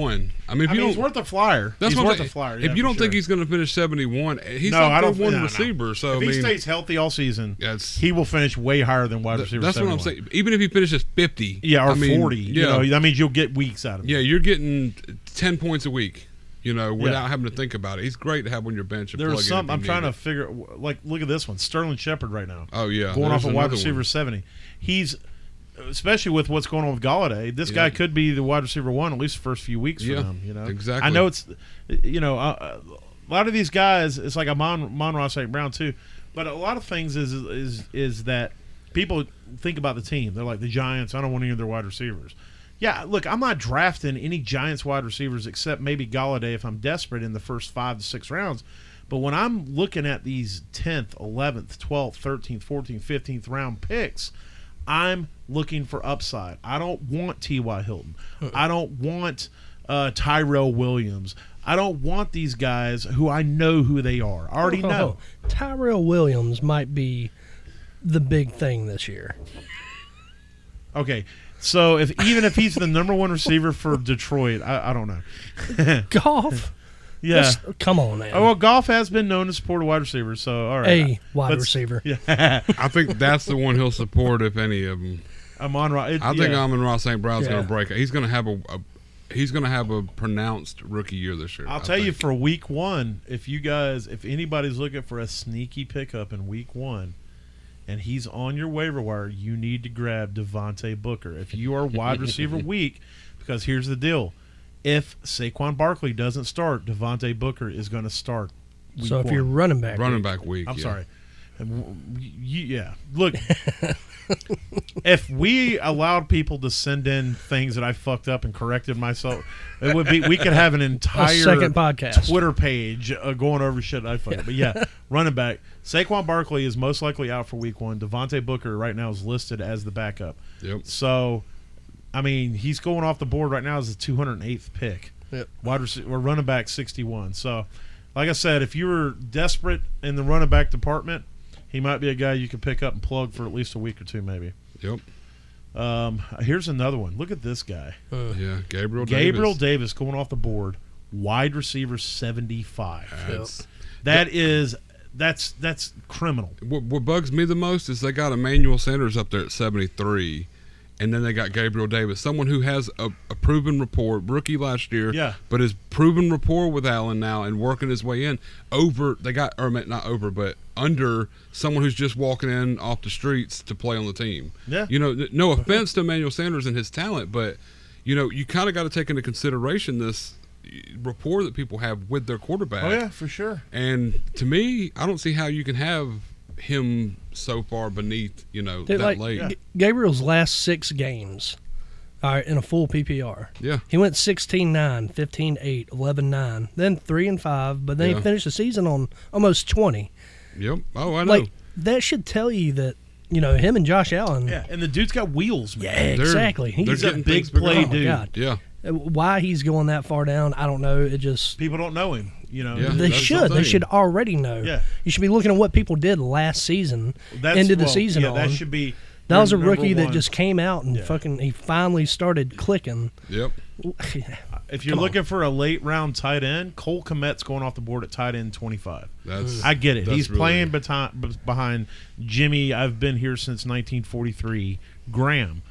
71. I mean, if I you mean, don't he's worth a flyer. That's he's what I'm worth saying. a flyer. if yeah, you for don't sure. think he's going to finish 71, he's No, not I don't- one no, no. receiver. So I if mean, he stays healthy all season, that's he will finish way higher than wide th- receiver. that's what I'm 71. saying. Even if he finishes 50, Yeah, or I mean, forty. yeah, You know, that means you'll get weeks out of him. yeah, you're getting 10 points a week. You know, without having to think about it, he's great to have on your bench. And There plug was in some. if you I'm need trying it. to figure. Like, look at this one, Sterling Shepard right now, Oh yeah, going there's off a wide another receiver one. 70. He's especially with what's going on with Galladay. This guy Yeah. could be the wide receiver one at least the first few weeks Yeah, for them. You know, exactly. I know it's. You know, uh, uh, a lot of these guys. It's like a Mon Monroe St. Brown too, but a lot of things is is is that people think about the team. They're like the Giants. I don't want any of their wide receivers. Yeah, look, I'm not drafting any Giants wide receivers except maybe Galladay if I'm desperate in the first five to six rounds. But when I'm looking at these 10th, 11th, 12th, 13th, 14th, 15th round picks, I'm looking for upside. I don't want T.Y. Hilton. I don't want uh, Tyrell Williams. I don't want these guys who I know who they are. I already Oh, know. Tyrell Williams might be the big thing this year. Okay. So if even if he's the number one receiver for Detroit, I, I don't know. Goff? Yeah. That's- Come on now. Oh well, golf has been known to support a wide receiver, so all right. a wide Let's- receiver. Yeah, I think that's the one he'll support if any of them. I'm on. Ra- it- I think yeah. Amon Ross St. Brown's going Yeah. to break. He's going to have a, a he's going to have a pronounced rookie year this year. I'll I tell you think. for week one, if you guys, if anybody's looking for a sneaky pickup in week one, and he's on your waiver wire, you need to grab Devontae Booker if you are wide receiver weak, because here's the deal: if Saquon Barkley doesn't start, Devontae Booker is going to start. Week So if one. you're running back, running back week. I'm yeah. sorry. W- you- yeah. Look, if we allowed people to send in things that I fucked up and corrected myself, it would be we could have an a entire second podcast. Twitter page uh, going over shit I fucked. up. But yeah, running back Saquon Barkley is most likely out for Week One. Devontae Booker right now is listed as the backup. Yep. So, I mean, he's going off the board right now as the 208th pick. Yep. Wide receiver, or running back 61. So, like I said, if you were desperate in the running back department, he might be a guy you could pick up and plug for at least a week or two, maybe. Yep. Um, here's another one. Look at this guy, Uh, Yeah. Gabriel. Gabriel Davis. Davis, going off the board, wide receiver 75. That's- That is that's that's criminal. What, what bugs me the most is they got Emmanuel Sanders up there at 73, and then they got Gabriel Davis, someone who has a, a proven rapport, rookie last year, Yeah. but is proven rapport with Allen now and working his way in over. They got or not over, but under someone who's just walking in off the streets to play on the team. Yeah. you know, n- no offense to Emmanuel Sanders and his talent, but you know, you kind of got to take into consideration this eh, rapport that people have with their quarterback. Oh, for sure. And to me, I don't see how you can have him so far beneath, you know, dude, that like late. Yeah. G- Gabriel's last six games, all right, in a full PPR. He went 16 9, 15 8, 11 9, then 3 and 5, but then Yeah. he finished the season on almost 20. Yep. Oh, I know. Like, that should tell you that, you know, him and Josh Allen. Yeah, and the dude's got wheels, man. Yeah, exactly. they're He's He's a getting big things bigger. play oh my dude. God. yeah. Uh, Why he's going that far down, I don't know. It just. People don't know him, you know. Yeah. They That's the should. They thing. should already know. Yeah. You should be looking at what people did last season, That's, ended the well, season Yeah, on. that should be. That was a your number rookie that one. just came out and Yeah. fucking he finally started clicking. Yep. If you're come on. looking for a late round tight end, Cole Komet's going off the board at tight end 25. That's I get it. that's He's really- playing behind, behind Jimmy. I've been here since 1943. Graham,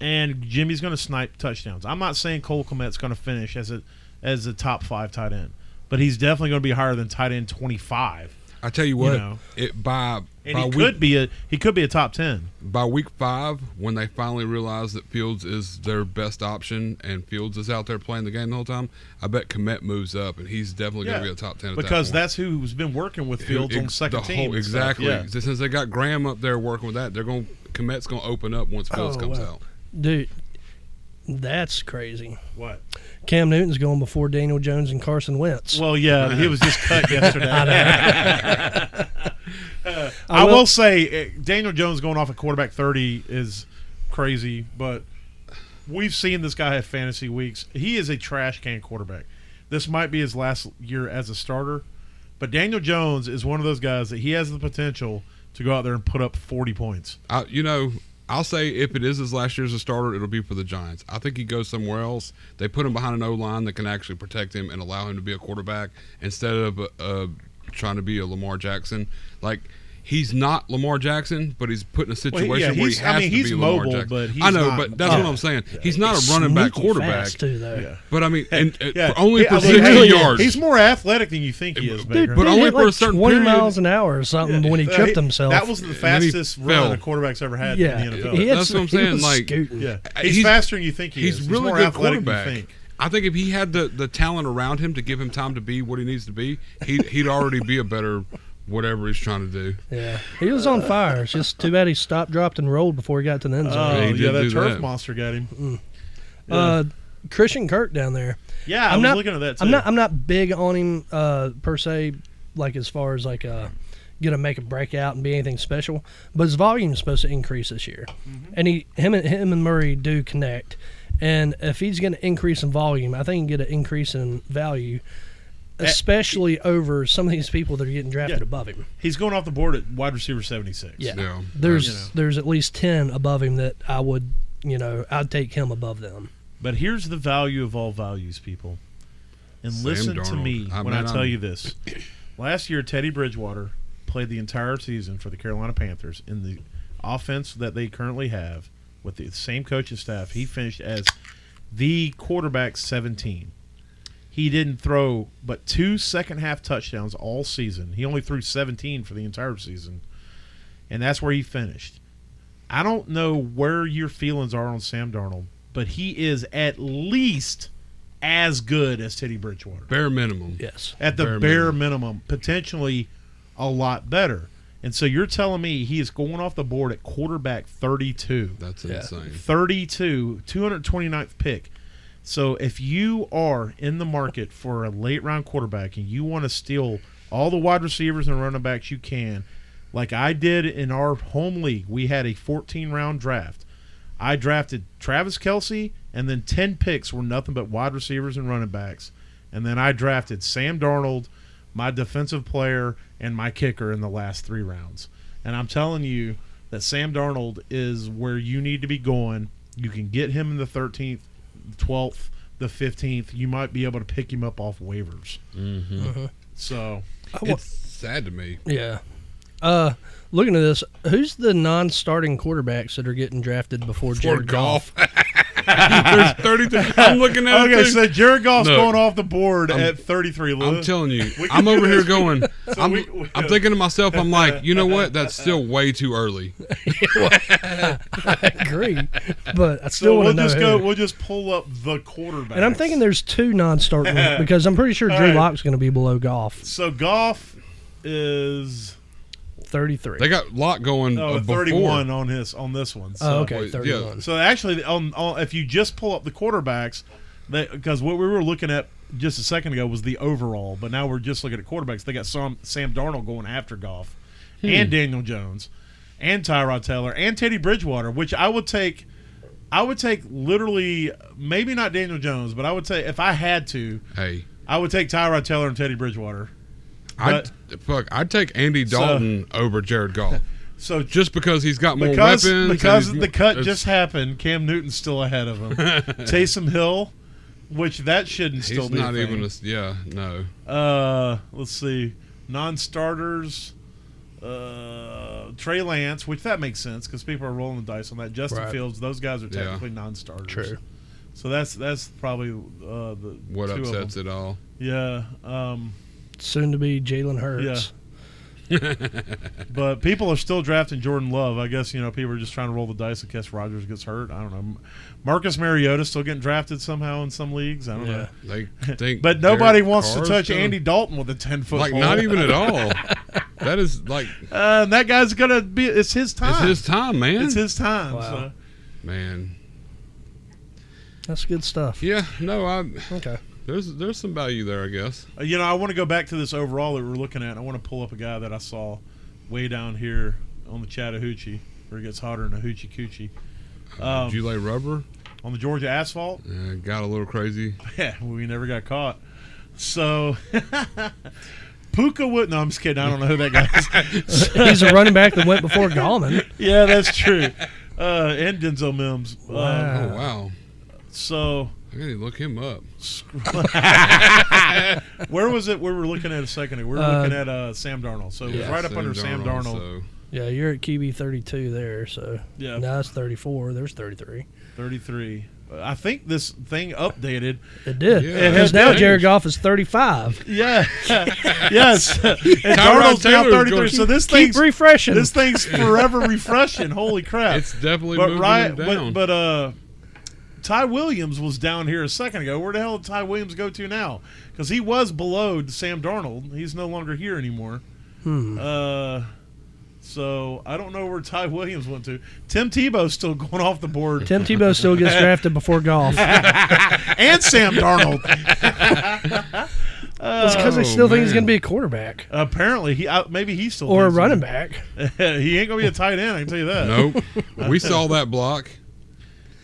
and Jimmy's going to snipe touchdowns. I'm not saying Cole Komet's going to finish as a as a top five tight end, but he's definitely going to be higher than tight end 25. I tell you what, know. it by And by he week could be a he could be a top 10. by week five, when they finally realize that Fields is their best option and Fields is out there playing the game the whole time, I bet Komet moves up and he's definitely going to be a top ten. At because that point. that's who's been working with Fields on Ex- second the team. whole- and stuff. exactly. Yeah. Since they got Graham up there working with that, they're going. Komet's going to open up once Fields Oh, comes wow. out. Dude, that's crazy. What? Cam Newton's going before Daniel Jones and Carson Wentz. Well, yeah, he was just cut yesterday. I I will- will say eh, Daniel Jones going off at quarterback 30 is crazy, but we've seen this guy have fantasy weeks. He is a trash can quarterback. This might be his last year as a starter, but Daniel Jones is one of those guys that he has the potential to go out there and put up 40 points. I, you know, I'll say if it is his last year as a starter, it'll be for the Giants. I think he goes somewhere else. They put him behind an O line that can actually protect him and allow him to be a quarterback instead of uh, trying to be a Lamar Jackson. Like he's not Lamar Jackson, but he's put in a he- situation yeah, where he he's- I has mean, to he's be Lamar mobile, Jackson. but he's I know, not- but that's yeah. what I'm saying. He's not He's a running back sneaky quarterback. fast, too, though. Yeah. But I mean, and, and Yeah. for only Hey, I for mean, sixty hey, yards. He's more athletic than you think he is, Baker. Dude, But he only hit for a like certain 20 period. miles an hour or something when he Uh, tripped himself. That was the then he fastest run fell. a quarterback's ever had yeah. in the NFL. He had That's some- what I'm saying, he was like- scooting. Yeah, Uh, he's, he's- faster than you think he he's is. really more good athletic quarterback. Than you think. I think if he had the, the talent around him to give him time to be what he needs to be, he he'd already be a better whatever he's trying to do. Yeah. He was on fire. It's just too bad he stopped, dropped, and rolled before he got to the end zone. Oh he yeah, did that do turf that. monster got him. Uh, Christian Kirk down there. Yeah, I I'm was not- looking at that. Too. I'm not. I'm not big on him uh, per se. Like as far as like uh, gonna make a breakout and be anything special, but his volume's supposed to increase this year, Mm-hmm. and he him and him and Murray do connect. And if he's going to increase in volume, I think he can get an increase in value, especially over some of these people that are getting drafted Eh, Yeah. above him. He's going off the board at wide receiver 76. Yeah. Yeah. There's You know. there's at least ten above him that I would you know I'd take him above them. But here's the value of all values, people. And Sam listen to Darnold. me I when mean, I tell I'm- you this. Last year, Teddy Bridgewater played the entire season for the Carolina Panthers in the offense that they currently have with the same coaching staff. He finished as the quarterback 17. He didn't throw but two second half touchdowns all season. He only threw 17 for the entire season. And that's where he finished. I don't know where your feelings are on Sam Darnold, but he is at least as good as Teddy Bridgewater. Bare minimum. Yes. At the bare, Bare minimum. potentially a lot better. And so you're telling me he is going off the board at quarterback 32. That's Yeah. insane. 32, 229th pick. So if you are in the market for a late round quarterback and you want to steal all the wide receivers and running backs you can, like I did in our home league, we had a 14 round draft. I drafted Travis Kelsey, and then 10 picks were nothing but wide receivers and running backs. And then I drafted Sam Darnold, my defensive player, and my kicker in the last three rounds. And I'm telling you that Sam Darnold is where you need to be going. You can get him in the 13th, 12th, the 15th. You might be able to pick him up off waivers. Mm-hmm. Uh-huh. So I wa- It's sad to me. yeah. Uh, looking at this, who's the non-starting quarterbacks that are getting drafted before For Jared Goff? golf. There's 33. I'm looking at it. okay, too. so Jared Goff's Look, going off the board I'm- at 33. Lou. I'm telling you, We can I'm do over here this. going. I'm, we- we- I'm thinking to myself, I'm like, you know what? That's still way too early. I agree, but I still so want we'll to know. just go. who. We'll just pull up the quarterback. and I'm thinking there's two non-starting ones, because I'm pretty sure All Drew right. Lock's going to be below Goff, So Goff is 33. They got Locke going oh, uh, before. 31 on his on this one. So, oh, okay, Wait, yeah. 31. So actually, on, on if you just pull up the quarterbacks, because what we were looking at just a second ago was the overall, but now we're just looking at quarterbacks. They got Sam Sam Darnold going after Goff, and Daniel Jones, and Tyrod Taylor, and Teddy Bridgewater, which I would take. I would take literally maybe not Daniel Jones, but I would say if I had to, Hey, I would take Tyrod Taylor and Teddy Bridgewater. I fuck. I'd take Andy So- Dalton over Jared Goff So just because he's got more because weapons. and because he's the more- cut it's- just happened. Cam Newton's still ahead of him. Taysom Hill, which that shouldn't He's still be. not a thing. even. A, yeah, no. Uh, let's see, non-starters. Uh, Trey Lance, which that makes sense because people are rolling the dice on that. Justin Right. Fields, those guys are Yeah. technically non-starters. True. So that's that's probably uh, the What two upsets Of them. it all? Yeah. Um, Soon to be Jalen Hurts. Yeah. But people are still drafting Jordan Love. I guess you know people are just trying to roll the dice in case Rogers gets hurt. I don't know. Marcus Mariota's still getting drafted somehow in some leagues. I don't know. Yeah. They think. But nobody Derek wants Carr's to touch gonna- Andy Dalton with a ten foot. Like pole. not even at all. That is like Uh, and that guy's gonna be. It's his it's time. his time, man. Ah. It's his time. Wow. so. man. That's good stuff. Yeah, no. I Okay. there's there's some value there, I guess. Uh, You know, I want to go back to this overall that we're looking at. I want to pull up a guy that I saw way down here on the Chattahoochee, where it gets hotter than a hoochie coochie. Um, Did you lay rubber? on the Georgia asphalt, Uh, got a little crazy. yeah, we never got caught. So, Puka Wood. No, I'm just kidding. I don't know who that guy is. He's a running back that went before Gallman. yeah, that's true. Uh, and Denzel Mims. Um, Wow. Oh wow. so, I gotta look him up. where was it? We were looking at a second. ago? We were Uh, looking at uh, Sam Darnold. So it was yeah, right up under Sam Darnold. so- Yeah, you're at QB 32 there, so Yeah. now it's 34. There's 33. 33. I think this thing updated. It did. Yeah. It Because has now changed. Jared Goff is 35. Yeah. yes. And Darnold's now Taylor's 33. going- So this Keep thing's refreshing. this thing's forever refreshing. Holy crap. It's definitely but moving right him down. but but uh Ty Williams was down here a second ago. Where the hell did Ty Williams go to now? Because he was below Sam Darnold. He's no longer here anymore. Hmm. Uh, So I don't know where Ty Williams went to. Tim Tebow's still going off the board, Tim Tebow still gets drafted before golf. It's and Sam Darnold. because Oh, they still think he's man. going to be a quarterback Apparently, he uh, maybe he's still or a thinks running back. he ain't gonna be a tight end. I can tell you that. Nope. we saw that block.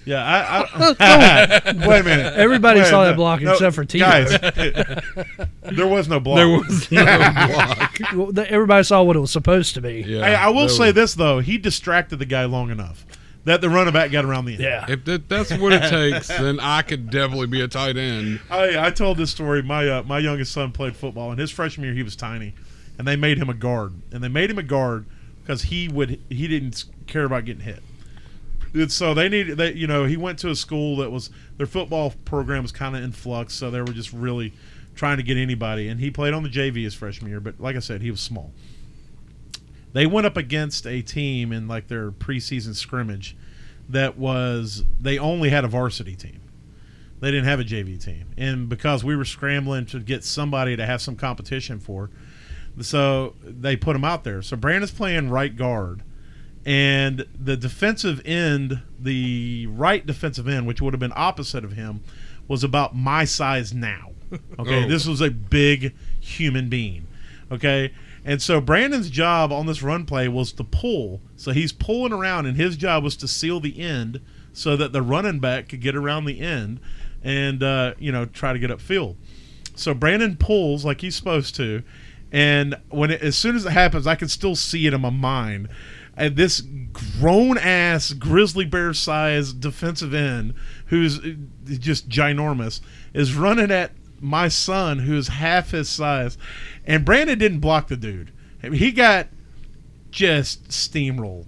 Yeah, I. I wait a minute. Everybody Wait, saw no- that block no, except for Tebow. Guys, there was no block. There was no block. Well, th- Everybody saw what it was supposed to be. Yeah, Hey, I will there say was- this though: he distracted the guy long enough that the running back got around the end. Yeah. If that, that's what it takes, then I could definitely be a tight end. I, I told this story. My uh, my youngest son played football, and his freshman year he was tiny, and they made him a guard, and they made him a guard because he would he didn't s- care about getting hit. And so they needed they you know he went to a school that was their football program was kind of in flux, so they were just really trying to get anybody, and he played on the JV his freshman year, but like I said, he was small. They went up against a team in like their preseason scrimmage that was they only had a varsity team they didn't have a JV team, and because we were scrambling to get somebody to have some competition for, so they put him out there. So Brandon's playing right guard, and the defensive end, the right defensive end, which would have been opposite of him, was about my size now. Okay, Oh. this was a big human being. Okay. And so Brandon's job on this run play was to pull. So he's pulling around, and his job was to seal the end so that the running back could get around the end and, uh, you know, try to get upfield. So Brandon pulls like he's supposed to, and when it, as soon as it happens, I can still see it in my mind. And this grown ass grizzly bear sized defensive end, who's uh, just ginormous, is running at my son, who's half his size, and Brandon didn't block the dude. I mean, He got just steamrolled.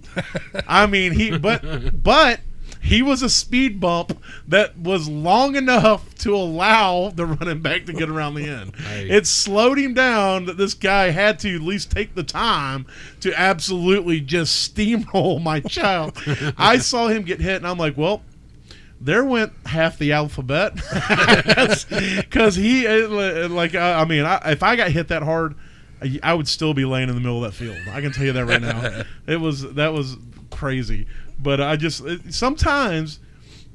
I mean, he but but he was a speed bump that was long enough to allow the running back to get around the end. Hey. It slowed him down that this guy had to at least take the time to absolutely just steamroll my child. I saw him get hit and I'm like, "Well, there went half the alphabet because he uh, like I, I mean I, if I got hit that hard I- I would still be laying in the middle of that field I can tell you that right now it was that was crazy but I just it, sometimes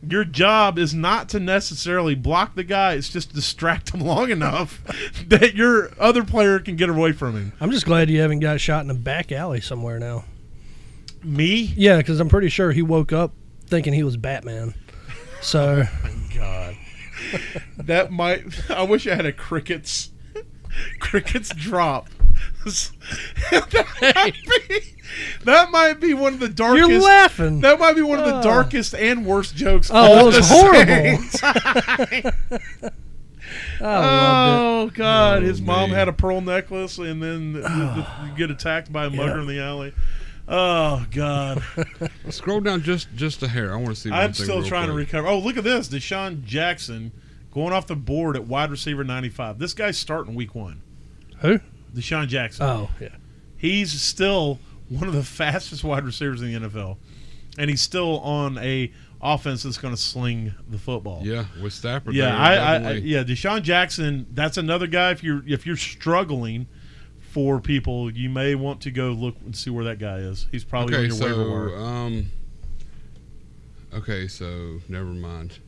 your job is not to necessarily block the guy it's just distract him long enough that your other player can get away from him I'm just glad you haven't got shot in a back alley somewhere now. me Yeah, because I'm pretty sure he woke up thinking he was Batman. So God that might I wish I had a crickets crickets drop that, might be, that might be one of the darkest you're laughing. That might be one of the Oh. darkest and worst jokes. Oh, all it was the horrible. same time. I oh loved God, Oh, his mom man. had a pearl necklace, and then th- th- th- you get attacked by a mugger Yeah. in the alley. Oh God, Scroll down just just a hair. I want to see. One I'm thing still real trying to quick. recover. Oh, look at this, Deshaun Jackson going off the board at wide receiver 95. This guy's starting week one. it. Oh. Who? Deshaun Jackson. Oh, yeah. he's still one of the fastest wide receivers in the NFL, and he's still on a offense that's going to sling the football. Yeah, with Stafford. Yeah, there, I, I, I, definitely. yeah, Deshaun Jackson. That's another guy. If you're if you're struggling for people, you may want to go look and see where that guy is. He's probably on Okay, your waiver so wire. um, okay, so never mind.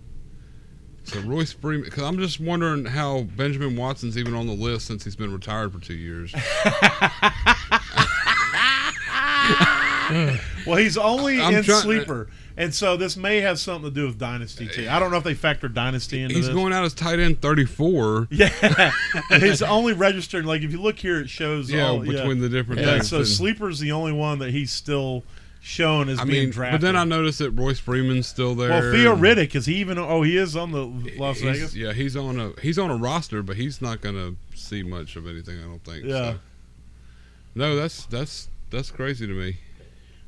So Royce Freeman, because I'm just wondering how Benjamin Watson's even on the list since he's been retired for two years. Well, he's only I'm uh, in trying- sleeper, and so this may have something to do with dynasty too. I don't know if they factor dynasty into he's this. going out as tight end 34. yeah, he's only registered. Like if you look here, it shows Yeah, all, between the different Oh, Yeah, things. so and- sleeper's the only one that he's still shown as I being mean, drafted. but then I noticed that Royce Freeman's still there. well, Theo Riddick is he even? Oh, he is on the Las He's- Vegas. Yeah, he's on a he's on a roster, but he's not gonna see much of anything. I don't think. Yeah. so. No, that's that's that's crazy to me.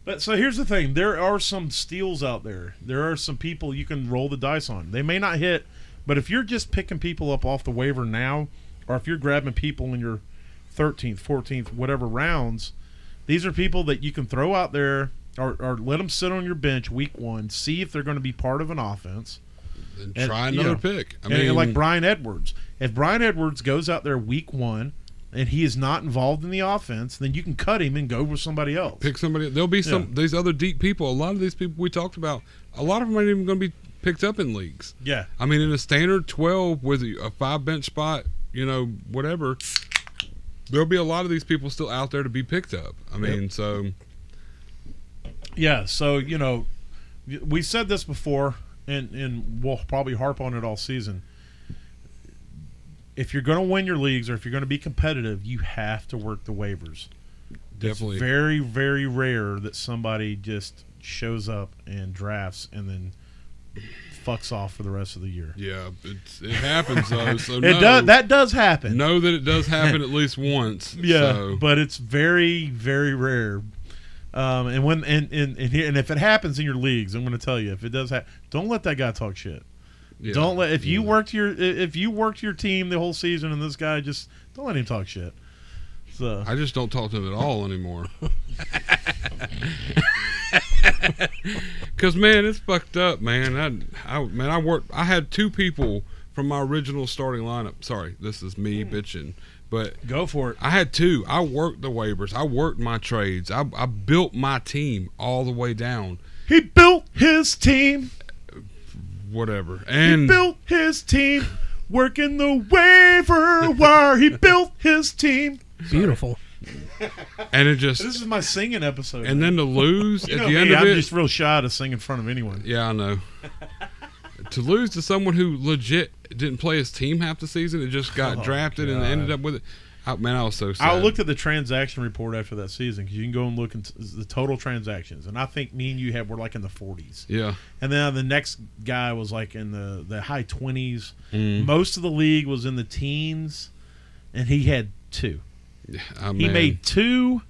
But so here's the thing: there are some steals out there. There are some people you can roll the dice on. They may not hit, but if you're just picking people up off the waiver now, or if you're grabbing people in your 13th, 14th, whatever rounds, these are people that you can throw out there or, or let them sit on your bench week one, see if they're going to be part of an offense. And And, try you another know, pick. I and, mean, and like Brian Edwards. If Brian Edwards goes out there week one and he is not involved in the offense, then you can cut him and go with somebody else. Pick somebody. There'll be some these other deep people. A lot of these people we talked about. A lot of them aren't even going to be picked up in leagues. Yeah. I mean, in a standard twelve with a a five bench spot, you know, whatever. There'll be a lot of these people still out there to be picked up. I mean, so Yeah, so you know, we said this before, and and we'll probably harp on it all season. If you're going to win your leagues, or if you're going to be competitive, you have to work the waivers. definitely, It's very very rare that somebody just shows up and drafts and then fucks off for the rest of the year. yeah, it's, it happens though. So It know, does that does happen. know that it does happen at least once. Yeah, so. but it's very, very rare. Um, and when and and and, here, and if it happens in your leagues, I'm going to tell you if it does happen, don't let that guy talk shit. Yeah. Don't let if you Yeah. worked your if you worked your team the whole season and this guy just don't let him talk shit. So I just don't talk to them at all anymore. Cause man, it's fucked up, man. I, I man, I worked. I had two people from my original starting lineup. Sorry, this is me Mm. bitching, but go for it. I had two. I worked the waivers. I worked my trades. I, I built my team all the way down. He built his team. Whatever. He And built his team. Working the waiver wire. He built his team. Beautiful. and it just This is my singing episode. and then to lose You at know the me, end of I'm it. just real shy to sing in front of anyone. Yeah, I know. to lose to someone who legit didn't play his team half the season and just got Oh, drafted and ended up with it. I, man, I was so sad. I looked at the transaction report after that season because you can go and look at the total transactions, and I think me and you had were like in the forties, Yeah, and then the next guy was like in the the high twenties. Mm. Most of the league was in the teens, and he had two. I, He man, made two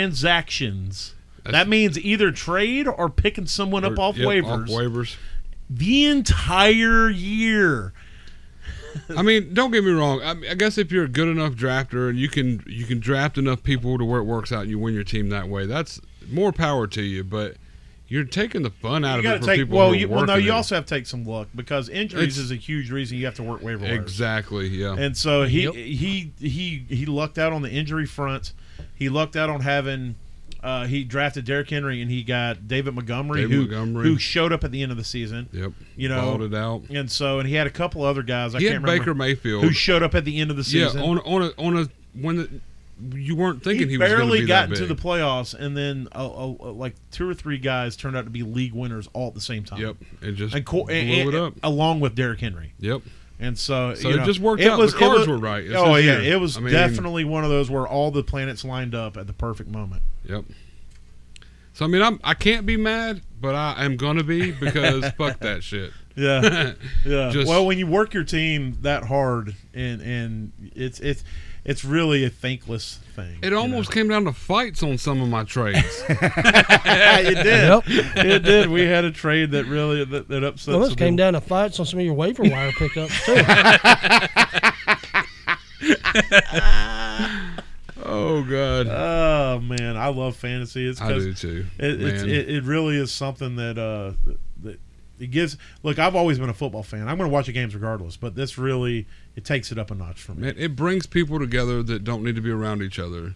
transactions. that means either trade or picking someone up or- off yep, waivers waivers. the entire year. I mean, don't get me wrong. I, mean, I guess if you're a good enough drafter and you can you can draft enough people to where it works out and you win your team that way, that's more power to you. But you're taking the fun out You of got it to for take people. well, who are you, well, no, working you it. also have to take some luck because injuries It's- is a huge reason you have to work waiver wires. exactly. Yeah, And so he Yep. he he he lucked out on the injury front. He lucked out on having uh, he drafted Derrick Henry and he got David Montgomery, David who Montgomery. who showed up at the end of the season. yep. You know, Balled it out. and so and he had a couple other guys. I He had can't remember Baker Mayfield. who showed up at the end of the season. Yeah, on on a on a when the, you weren't thinking he, was going barely to be got that into big. the playoffs, and then uh, uh, uh, like two or three guys turned out to be league winners all at the same time. Yep, it just and, co- blew and, it up. and- along with Derrick Henry. Yep, And so, So you it know, just worked out. The cards were right. It's oh his yeah, year. it was I mean- definitely one of those where all the planets lined up at the perfect moment. yep. So I mean, I'm I can't be mad, but I am gonna be because fuck that shit. Yeah, yeah. Just- well, when you work your team that hard, and and it's it's it's really a thankless thing. It almost came down to fights on some of my trades. it did. Yep. It did. We had a trade that really that, that upset. Well, some this came people. down to fights on some of your waiver wire pickups too. oh god, Oh man, I love fantasy. It's I 'cause do too. It, it's, man. it, it really is something that uh, that it gives. Look, I've always been a football fan. I'm going to watch the games regardless, but this really it takes it up a notch for me. Man, it brings people together that don't need to be around each other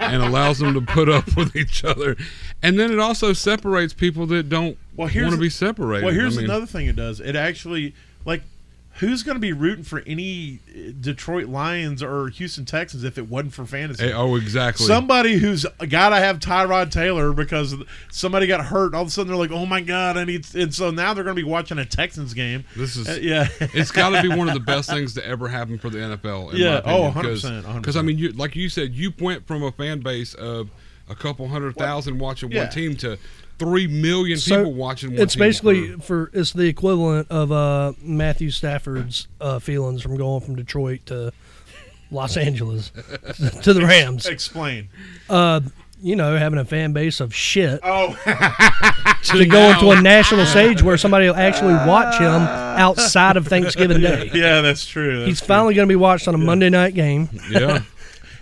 and allows them to put up with each other. And then it also separates people that don't Well, here's want a- to be separated. Well, here's I mean, another thing it does. It actually like who's going to be rooting for any uh, Detroit Lions or Houston Texans if it wasn't for fantasy? Eh, Oh, exactly. Somebody who's got to have Tyrod Taylor because somebody got hurt. All of a sudden, they're like, "Oh my god, I need." And so now they're going to be watching a Texans game. This is Uh, yeah, it's got to be one of the best things to ever happen for the NFL. In Yeah, my opinion, oh, 100%, Because I mean, you, like you said, you went from a fan base of a couple hundred thousand watching yeah. one team to three million So, people watching one. it's team basically for- for it's the equivalent of uh, Matthew Stafford's uh, feelings from going from Detroit to Los Angeles to the Rams. explain. You know, having a fan base of shit Oh. to go into a national stage where somebody will actually watch him outside of Thanksgiving Day. Yeah, that's true. That's He's true. finally going to be watched on a Monday night game. yeah.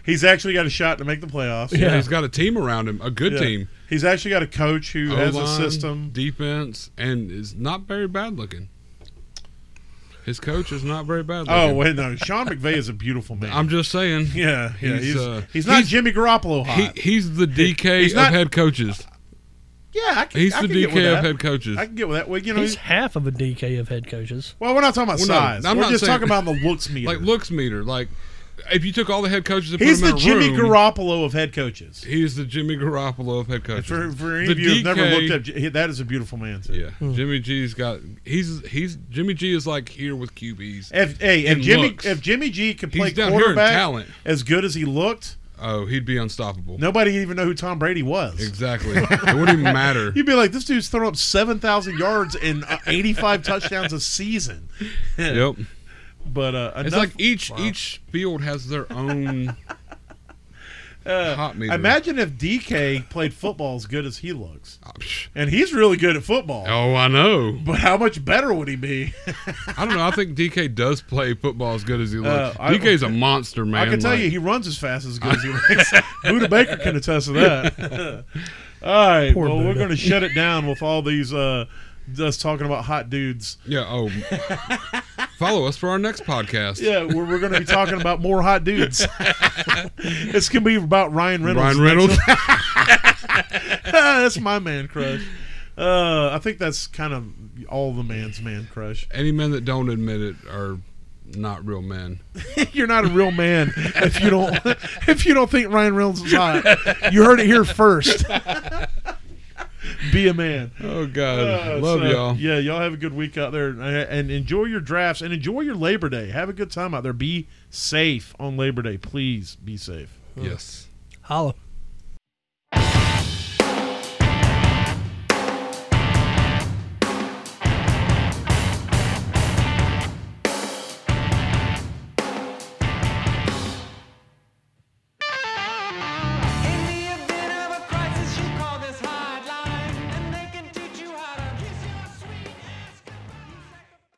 He's actually got a shot to make the playoffs. yeah, He's got a team around him, a good Yeah. team. He's actually got a coach who has a O-line, system. defense, and is not very bad looking. His coach is not very bad. Oh looking. wait, no, Sean McVay is a beautiful man. I'm just saying. yeah, yeah, he's he's, he's, uh, not he's- Jimmy Garoppolo He, hot. he's the DK he's of not- head coaches. yeah, I can, He's I the can get with DK of that. head coaches. I can get with that. Well, you know, He's he's- half of a DK of head coaches. well, we're not talking about Well, no, size. I'm we're not just saying- talking about the looks meter. Like looks meter. Like if you took all the head coaches and he's the put them in a Jimmy room, Garoppolo of head coaches. He's the Jimmy Garoppolo of head coaches. For, for any The of you who've never DK looked up, J- that is a beautiful man. Too. Yeah, Jimmy G's got he's he's Jimmy G is like here with QBs. If hey, if In Jimmy looks. if Jimmy G could play He's down here in quarterback talent. as good as he looked, Oh, he'd be unstoppable. nobody even know who Tom Brady was. Exactly. it wouldn't even matter. You'd be like, this dude's thrown up seven thousand yards and uh, eighty-five touchdowns a season. Yep. But uh, It's enough- like each each field has their own hot meter. Uh, imagine if DK played football as good as he looks, Oh, psh. and he's really good at football. Oh, I know. But how much better would he be? I don't know. I think DK does play football as good as he looks. Uh, I- DK's a monster, man. I can tell Like, you, he runs as fast as good as he looks. Buda Baker can attest to that. all right, Poor well, we're Buddha. going to shut it down with all these uh, us talking about hot dudes. Yeah. Oh, follow us for our next podcast. Yeah, we're, we're going to be talking about more hot dudes. it's going to be about Ryan Reynolds. Ryan Reynolds. that's my man crush. Uh, I think that's kind of all the man's man crush. Any men that don't admit it are not real men. You're not a real man if you don't if you don't think Ryan Reynolds is hot. You heard it here first. Be a man. Oh God, Uh, love so, y'all. Yeah, y'all have a good week out there and, and enjoy your drafts and enjoy your Labor Day. Have a good time out there. Be safe on Labor Day, please. Be safe. Yes. Holla.